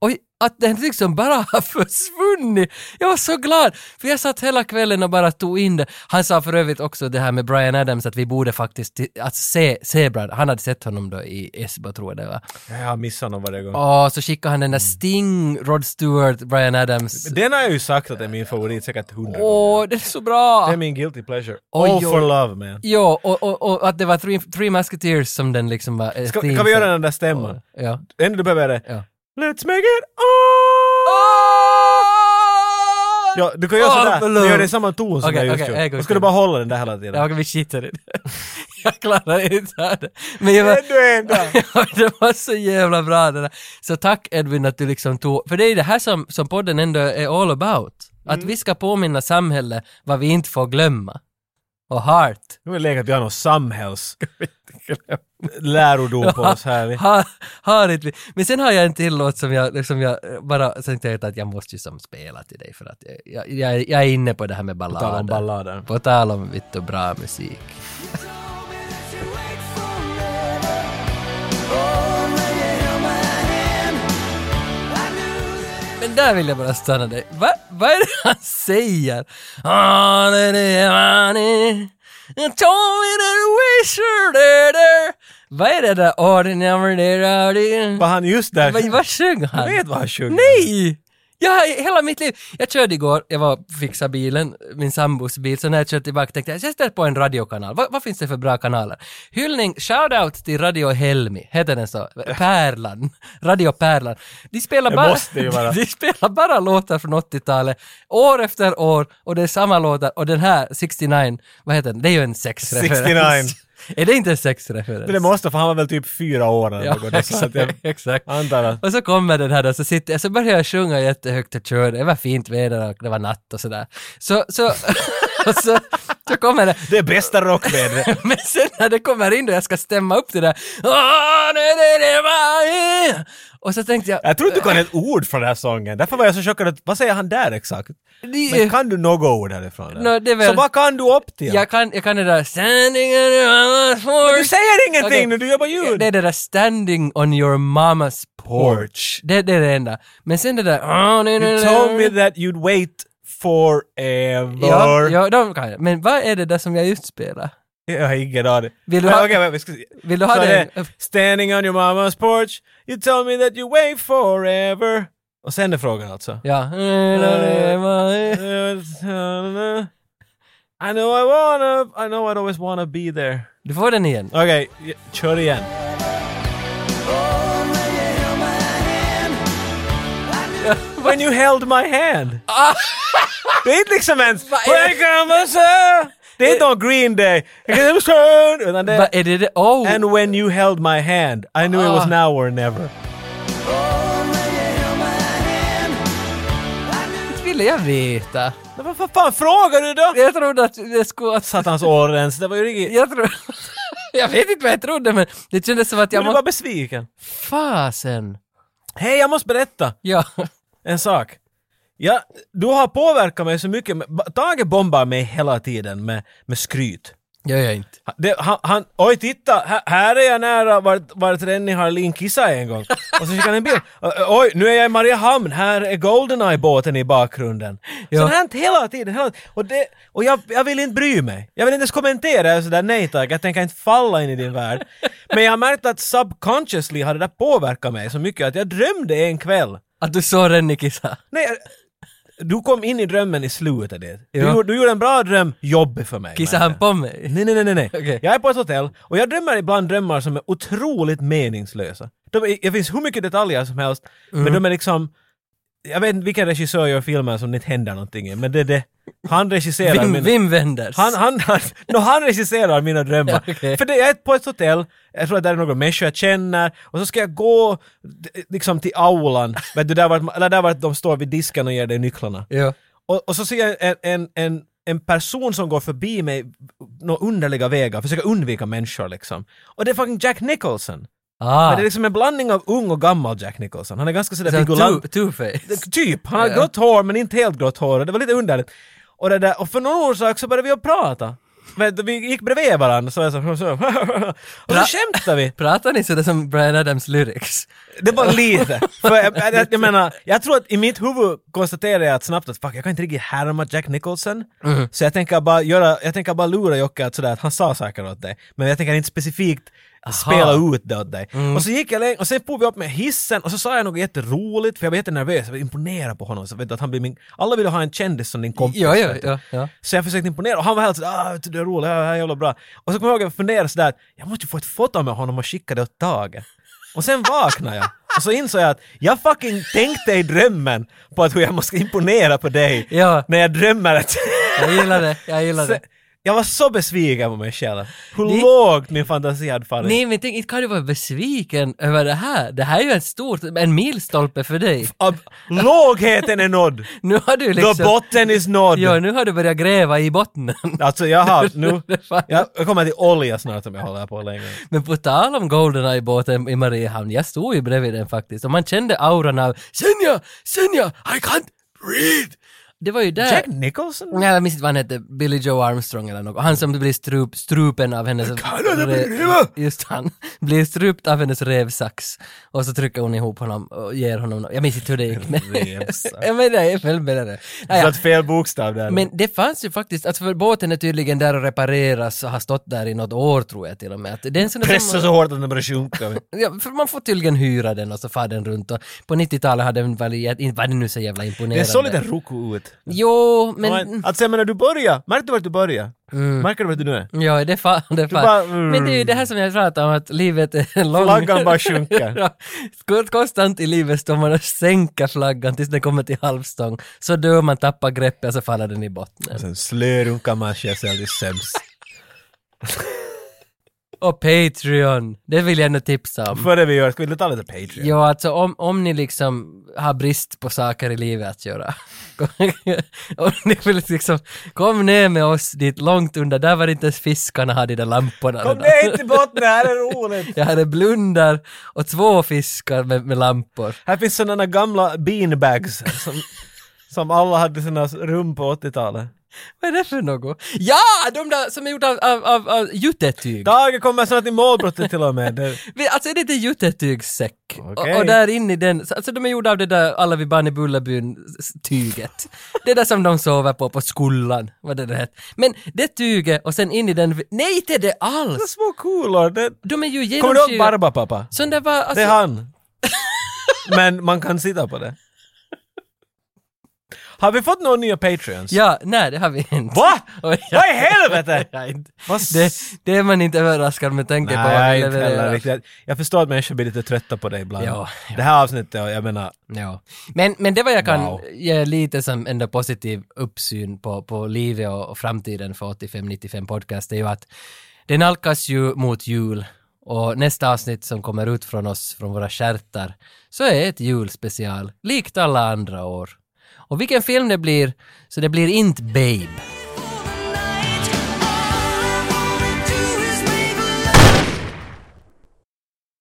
Speaker 1: Och att den liksom bara har försvunnit. Jag var så glad, för jag satt hela kvällen och bara tog in det. Han sa för övrigt också det här med Brian Adams, att vi borde faktiskt ti- att se, se Brian. Han hade sett honom då i Esbo, tror jag det var.
Speaker 2: Jag missar honom varje gång.
Speaker 1: Och så skickade han den där Sting, Rod Stewart, Brian Adams.
Speaker 2: Den har jag ju sagt att är min favorit säkert hundra gånger.
Speaker 1: Åh, det är så bra!
Speaker 2: Det är min guilty pleasure.
Speaker 1: Oj,
Speaker 2: All
Speaker 1: oj.
Speaker 2: for love man.
Speaker 1: Ja, och, och, och att det var Three, three Musketeers som den liksom var... eh,
Speaker 2: Ska,
Speaker 1: theme
Speaker 2: kan vi
Speaker 1: för-
Speaker 2: göra den där stämman?
Speaker 1: Ja.
Speaker 2: Ändå du behöver det.
Speaker 1: Ja.
Speaker 2: Let's make it all! Ja, du kan göra
Speaker 1: All
Speaker 2: sådär.
Speaker 1: below.
Speaker 2: Du gör det i samma ton som
Speaker 1: Okej,
Speaker 2: jag just
Speaker 1: okej, jag
Speaker 2: gjorde.
Speaker 1: går
Speaker 2: Då ska du
Speaker 1: till.
Speaker 2: bara hålla den där hela tiden.
Speaker 1: Ja, okej, vi skiter i det. Jag klarar inte av det. Men jag var,
Speaker 2: Ännu en dag!
Speaker 1: det var så jävla bra det där. Så tack Edvin att du liksom tog, för det är det här som, som podden ändå är all about. Att vi ska påminna samhället vad vi inte får glömma. Och heart.
Speaker 2: Nu har vi legat piano samhälls... lärodom på oss här. Vi-
Speaker 1: Ha, har inte vi. Men sen har jag en till låt som jag, som jag eh, bara tänkte jag att jag måste ju som spela till dig för att jag- jag, jag, jag är inne på det här med
Speaker 2: På tal om
Speaker 1: ballader.
Speaker 2: ballader.
Speaker 1: På tal om vitt och bra musik. Men där vill jag bara stanna dig. Va, vad är det han säger? Ah, det är money. And told me that we should be there. Vad är det där ordinary there are?
Speaker 2: Var han just där?
Speaker 1: Vad, vad sjöng han?
Speaker 2: Jag vet vad han sjöng.
Speaker 1: Nej! Jag, har- hela mitt liv. Jag körde igår, jag var och fixade bilen, min sambos bil, så när jag körde tillbaka tänkte jag, jag ställer på en radiokanal. Vad- vad finns det för bra kanaler? Hyllning, shoutout till Radio Helmi, heter den så? Pärlan. Radio Pärlan. De spelar
Speaker 2: Det
Speaker 1: bara,
Speaker 2: måste ju vara.
Speaker 1: de spelar bara låtar från 80-talet, år efter år, och det är samma låtar. Och den här, 69, vad heter den? Det är ju en sexreferens.
Speaker 2: 69.
Speaker 1: Är det inte en sexreferens?
Speaker 2: Men det måste, för han var väl typ fyra år eller
Speaker 1: Ja,
Speaker 2: något. Det är så
Speaker 1: exakt.
Speaker 2: att jag
Speaker 1: exakt.
Speaker 2: Antar att...
Speaker 1: Och så kommer den här då, så sitter jag, så börjar jag sjunga jättehögt och kör, det var fint väder och det var natt och sådär. Så, så, och så, så kommer det.
Speaker 2: Det är bästa rockvädret.
Speaker 1: Men sen när det kommer in då jag ska stämma upp det där. "Åh, nu är det varje." Och så tänkte jag,
Speaker 2: Jag tror inte du kan ett ord från den här sången. Därför var jag så chockad. att- Vad säger han där exakt?
Speaker 1: "Ni-
Speaker 2: Men kan du något ord härifrån? eller?
Speaker 1: Nå, det är väl-
Speaker 2: Så vad kan du upp till?
Speaker 1: jag, kan, jag kan det där standing on your mama's
Speaker 2: Du
Speaker 1: porch.
Speaker 2: säger ingenting
Speaker 1: Okej.
Speaker 2: nu, du gör bara ljud.
Speaker 1: Det är det där standing on your mama's porch.
Speaker 2: Porch.
Speaker 1: Det, det är det enda. Men sen det där... "Åh, nu- nu-
Speaker 2: You
Speaker 1: nu-
Speaker 2: told
Speaker 1: nu."
Speaker 2: me that you'd wait forever.
Speaker 1: Ja, ja, de kan jag. Men vad är det där som jag just spelar?
Speaker 2: Jag har ingen aning.
Speaker 1: Vill du
Speaker 2: Men
Speaker 1: ha-
Speaker 2: okej, men vi ska se.
Speaker 1: Vill du ha
Speaker 2: Så
Speaker 1: den?
Speaker 2: det är, Standing on your mama's porch, you told me that you wait forever. Och sen är frågan alltså.
Speaker 1: Ja.
Speaker 2: I know I wanna, I know I'd always wanna be there.
Speaker 1: Du får den igen.
Speaker 2: Okej, okay, kör igen. When you held my hand. det är inte liksom ens...
Speaker 1: är det?
Speaker 2: Wake up and say- Det är inte on Green Day. It was good, Utan det
Speaker 1: Vad
Speaker 2: är...
Speaker 1: är det det? Oh!
Speaker 2: And when you held my hand, I knew it was
Speaker 1: Ah.
Speaker 2: now or never.
Speaker 1: Inte ville jag veta.
Speaker 2: Men vad vad fan frågar du då?
Speaker 1: Jag trodde att det skulle... Att,
Speaker 2: Satans årens, det var ju riktigt...
Speaker 1: jag trodde... jag vet inte vad jag trodde men det kändes som att
Speaker 2: Jag
Speaker 1: jag
Speaker 2: du var
Speaker 1: måste...
Speaker 2: besviken.
Speaker 1: Fasen!
Speaker 2: Hej, jag måste berätta.
Speaker 1: Ja.
Speaker 2: en sak. Ja, du har påverkat mig så mycket. men ba- Tage bombar mig hela tiden med, med skryt.
Speaker 1: Gör jag inte.
Speaker 2: Ha- Det, han, han, oj titta, här, här är jag nära vart, vart Rennie Harlin kissade en gång. Och så skickade han en bild. Ö, ö, Oj, nu är jag i Mariehamn, här är Goldeneye-båten i bakgrunden.
Speaker 1: Ja.
Speaker 2: Sånt hänt hela tiden. Hela, och det, och jag, jag vill inte bry mig. Jag vill inte ens kommentera, jag är sådär nej tack, jag tänker inte falla in i din värld. Men jag har märkt att subconsciously har det där påverkat mig så mycket att jag drömde en kväll
Speaker 1: Att du såg Renny kissa.
Speaker 2: Nej, jag- Du kom in i drömmen i slutet. Det. Du,
Speaker 1: Ja.
Speaker 2: gjorde- du gjorde en bra dröm, jobbig för mig.
Speaker 1: Kissar
Speaker 2: Malte.
Speaker 1: han på mig?
Speaker 2: Nej, nej, nej, nej, nej.
Speaker 1: Okej.
Speaker 2: Jag är på ett hotell och jag drömmer ibland drömmar som är otroligt meningslösa. De är, det finns hur mycket detaljer som helst,
Speaker 1: Mm.
Speaker 2: men de är liksom... Jag vet inte vilken regissör gör filmer som det inte händer någonting i, men det är det. Han regisserar
Speaker 1: Wim,
Speaker 2: mina...
Speaker 1: Wim Wenders.
Speaker 2: Han, han, han, no, han regisserar mina drömmar.
Speaker 1: Ja, okej.
Speaker 2: För det, jag är på ett hotell, jag tror att det är några människor jag känner, och så ska jag gå d- liksom till aulan, vet du, där vart, eller där vart de står vid disken och ger dig nycklarna.
Speaker 1: Ja.
Speaker 2: Och, och så ser jag en, en, en, en person som går förbi mig några underliga vägar, försöker undvika människor liksom. Och det är fucking Jack Nicholson!
Speaker 1: Ah,
Speaker 2: Men det är liksom en blandning av ung och gammal Jack Nicholson. Han är ganska sådär
Speaker 1: som
Speaker 2: vigolant.
Speaker 1: two, two-face.
Speaker 2: Typ! Han har
Speaker 1: Ja.
Speaker 2: grått hår men inte helt grått hår och det var lite underligt. Och, det där, och för någon orsak så började vi att prata. Men Vi gick bredvid varandra så jag så, så och så
Speaker 1: Bra.
Speaker 2: skämtade vi.
Speaker 1: Pratar ni sådär som Brian Adams lyrics?
Speaker 2: Det var lite. För jag, jag, jag menar, jag tror att i mitt huvud konstaterar jag att snabbt att fuck, jag kan inte riktigt härma Jack Nicholson.
Speaker 1: Mm.
Speaker 2: Så jag tänker bara göra, jag tänker bara lura Jocke att sådär att han sa saker åt dig. Men jag tänker inte specifikt spela ut det åt dig.
Speaker 1: Mm.
Speaker 2: Och så gick jag längre, och sen for vi upp med hissen och så sa jag något jätteroligt för jag var jättenervös, jag var imponerad på honom. Så vet du, att han blir min, alla vill ha en kändis som din kompis.
Speaker 1: Ja, ja,
Speaker 2: vet du.
Speaker 1: ja. ja.
Speaker 2: Så jag försökte imponera och han var helt sådär ah, vet du, du är rolig, ja, ja, jävla bra. Och så kom jag ihåg att jag funderade sådär, jag måste ju få ett foto med honom och skicka det åt Tage. Och sen vaknade jag. Och så insåg jag att jag fucking tänkte i drömmen på att hur jag måste imponera på dig.
Speaker 1: Ja.
Speaker 2: När jag drömmer att...
Speaker 1: Jag gillar det, jag gillar det.
Speaker 2: jag var så besviken på mig själv. Hur
Speaker 1: Ni-
Speaker 2: lågt min fantasi hade fallit.
Speaker 1: Nej men tänk, inte kan du vara besviken över det här. Det här är ju en stor, en milstolpe för dig.
Speaker 2: Av- Lågheten är nådd!
Speaker 1: Nu har du
Speaker 2: The
Speaker 1: liksom...
Speaker 2: botten is nådd!
Speaker 1: Ja, nu har du börjat gräva i bottnen.
Speaker 2: Alltså jag har nu...
Speaker 1: Fan.
Speaker 2: Jag jag kommer till olja snart om jag håller på länge.
Speaker 1: Men på tal om Goldeneye-båten i Mariehamn, jag stod ju bredvid den faktiskt och man kände auran av Senja, Senja, I can't breathe! Det var ju där...
Speaker 2: Jack Nicholson?
Speaker 1: Nej, jag minns inte vad han hette, Billy Joe Armstrong eller något. Han som blir strup, strupen av hennes...
Speaker 2: kan inte
Speaker 1: Re,
Speaker 2: begripa!
Speaker 1: just han. Blir strupt av hennes revsax. Och så trycker hon ihop honom och ger honom... no- Jag minns inte hur det gick. Men,
Speaker 2: Revsax.
Speaker 1: jag menar, jag är fel med det.
Speaker 2: Så
Speaker 1: Naja,
Speaker 2: att fel bokstav där.
Speaker 1: men det fanns ju faktiskt, alltså för båten är tydligen där och repareras och har stått där i något år tror jag till och med. Att det är en sån där
Speaker 2: Pressa
Speaker 1: som-
Speaker 2: så hårt att den börjar sjunka.
Speaker 1: Ja, för man får tydligen hyra den och så far den runt och på 90-talet hade den väl, inte var den nu så jävla imponerande.
Speaker 2: Det såg lite roko ut.
Speaker 1: Jo, men...
Speaker 2: Men... Att sen när du börjar, märkte du vart du börjar? Märker du vart du nu är?
Speaker 1: Ja, det är fan, det är fan.
Speaker 2: bara, mm.
Speaker 1: Men det är ju det här som jag pratar om, att livet är en lång...
Speaker 2: Flaggan bara sjunker.
Speaker 1: Ja. Ko- Konstant i livet står man och sänker flaggan tills den kommer till halvstång. Så dör man, tappar greppet och så faller den i botten.
Speaker 2: Sen slörunkar man sig själv i söms.
Speaker 1: Och Patreon, det vill jag ändå tipsa om.
Speaker 2: Före vi gör, ska vi ta lite Patreon?
Speaker 1: Ja, alltså om, om ni liksom har brist på saker i livet att göra. om ni vill liksom, kom ner med oss dit långt under, där var det inte ens fiskarna hade de där lamporna.
Speaker 2: Kom
Speaker 1: redan.
Speaker 2: ner till botten, här är roligt!
Speaker 1: Jag hade blundar och två fiskar med, med lampor.
Speaker 2: Här finns sådana gamla beanbags som, som alla hade i sina rum på 80-talet.
Speaker 1: Vad är det för något? Ja, de där som är gjorda av, av, av, av jutetyg.
Speaker 2: Tage kommer snart till målbrottet till och med. Det-
Speaker 1: Vi- Alltså är det inte jutetygssäck?
Speaker 2: Okej.
Speaker 1: Och, och där inne i den, så- alltså de är gjorda av det där alla vid Barnebullebyn-tyget. det där som de sover på på skolan, vad det där heter. Men det tyget och sen in i den, nej inte det
Speaker 2: Det är
Speaker 1: alls!
Speaker 2: små kulor. Det...
Speaker 1: De är ju
Speaker 2: Kommer du ihåg
Speaker 1: genomskyra.
Speaker 2: Barba pappa?
Speaker 1: Sån där var,
Speaker 2: Det är
Speaker 1: alltså,
Speaker 2: han. Men man kan sitta på det. Har vi fått några nya patreons?
Speaker 1: ja, nej det har vi inte.
Speaker 2: Va?
Speaker 1: Och jag-
Speaker 2: Vad i helvete?
Speaker 1: Jag inte-
Speaker 2: Vad
Speaker 1: Det, det är man inte överraskad med tanke på vad
Speaker 2: Nej,
Speaker 1: vi
Speaker 2: inte heller
Speaker 1: levererar.
Speaker 2: riktigt. Jag förstår att människor blir lite trötta på dig ibland.
Speaker 1: Ja,
Speaker 2: Det här avsnittet, jag menar,
Speaker 1: Ja. Men, men det var jag kan
Speaker 2: Wow.
Speaker 1: ge lite som ändå positiv uppsyn på, på livet och, och framtiden för 85-95 podcast är ju att det nalkas ju mot jul och nästa avsnitt som kommer ut från oss, från våra stjärtar, så är ett julspecial, likt alla andra år. Och vilken film det blir, så det blir inte Babe.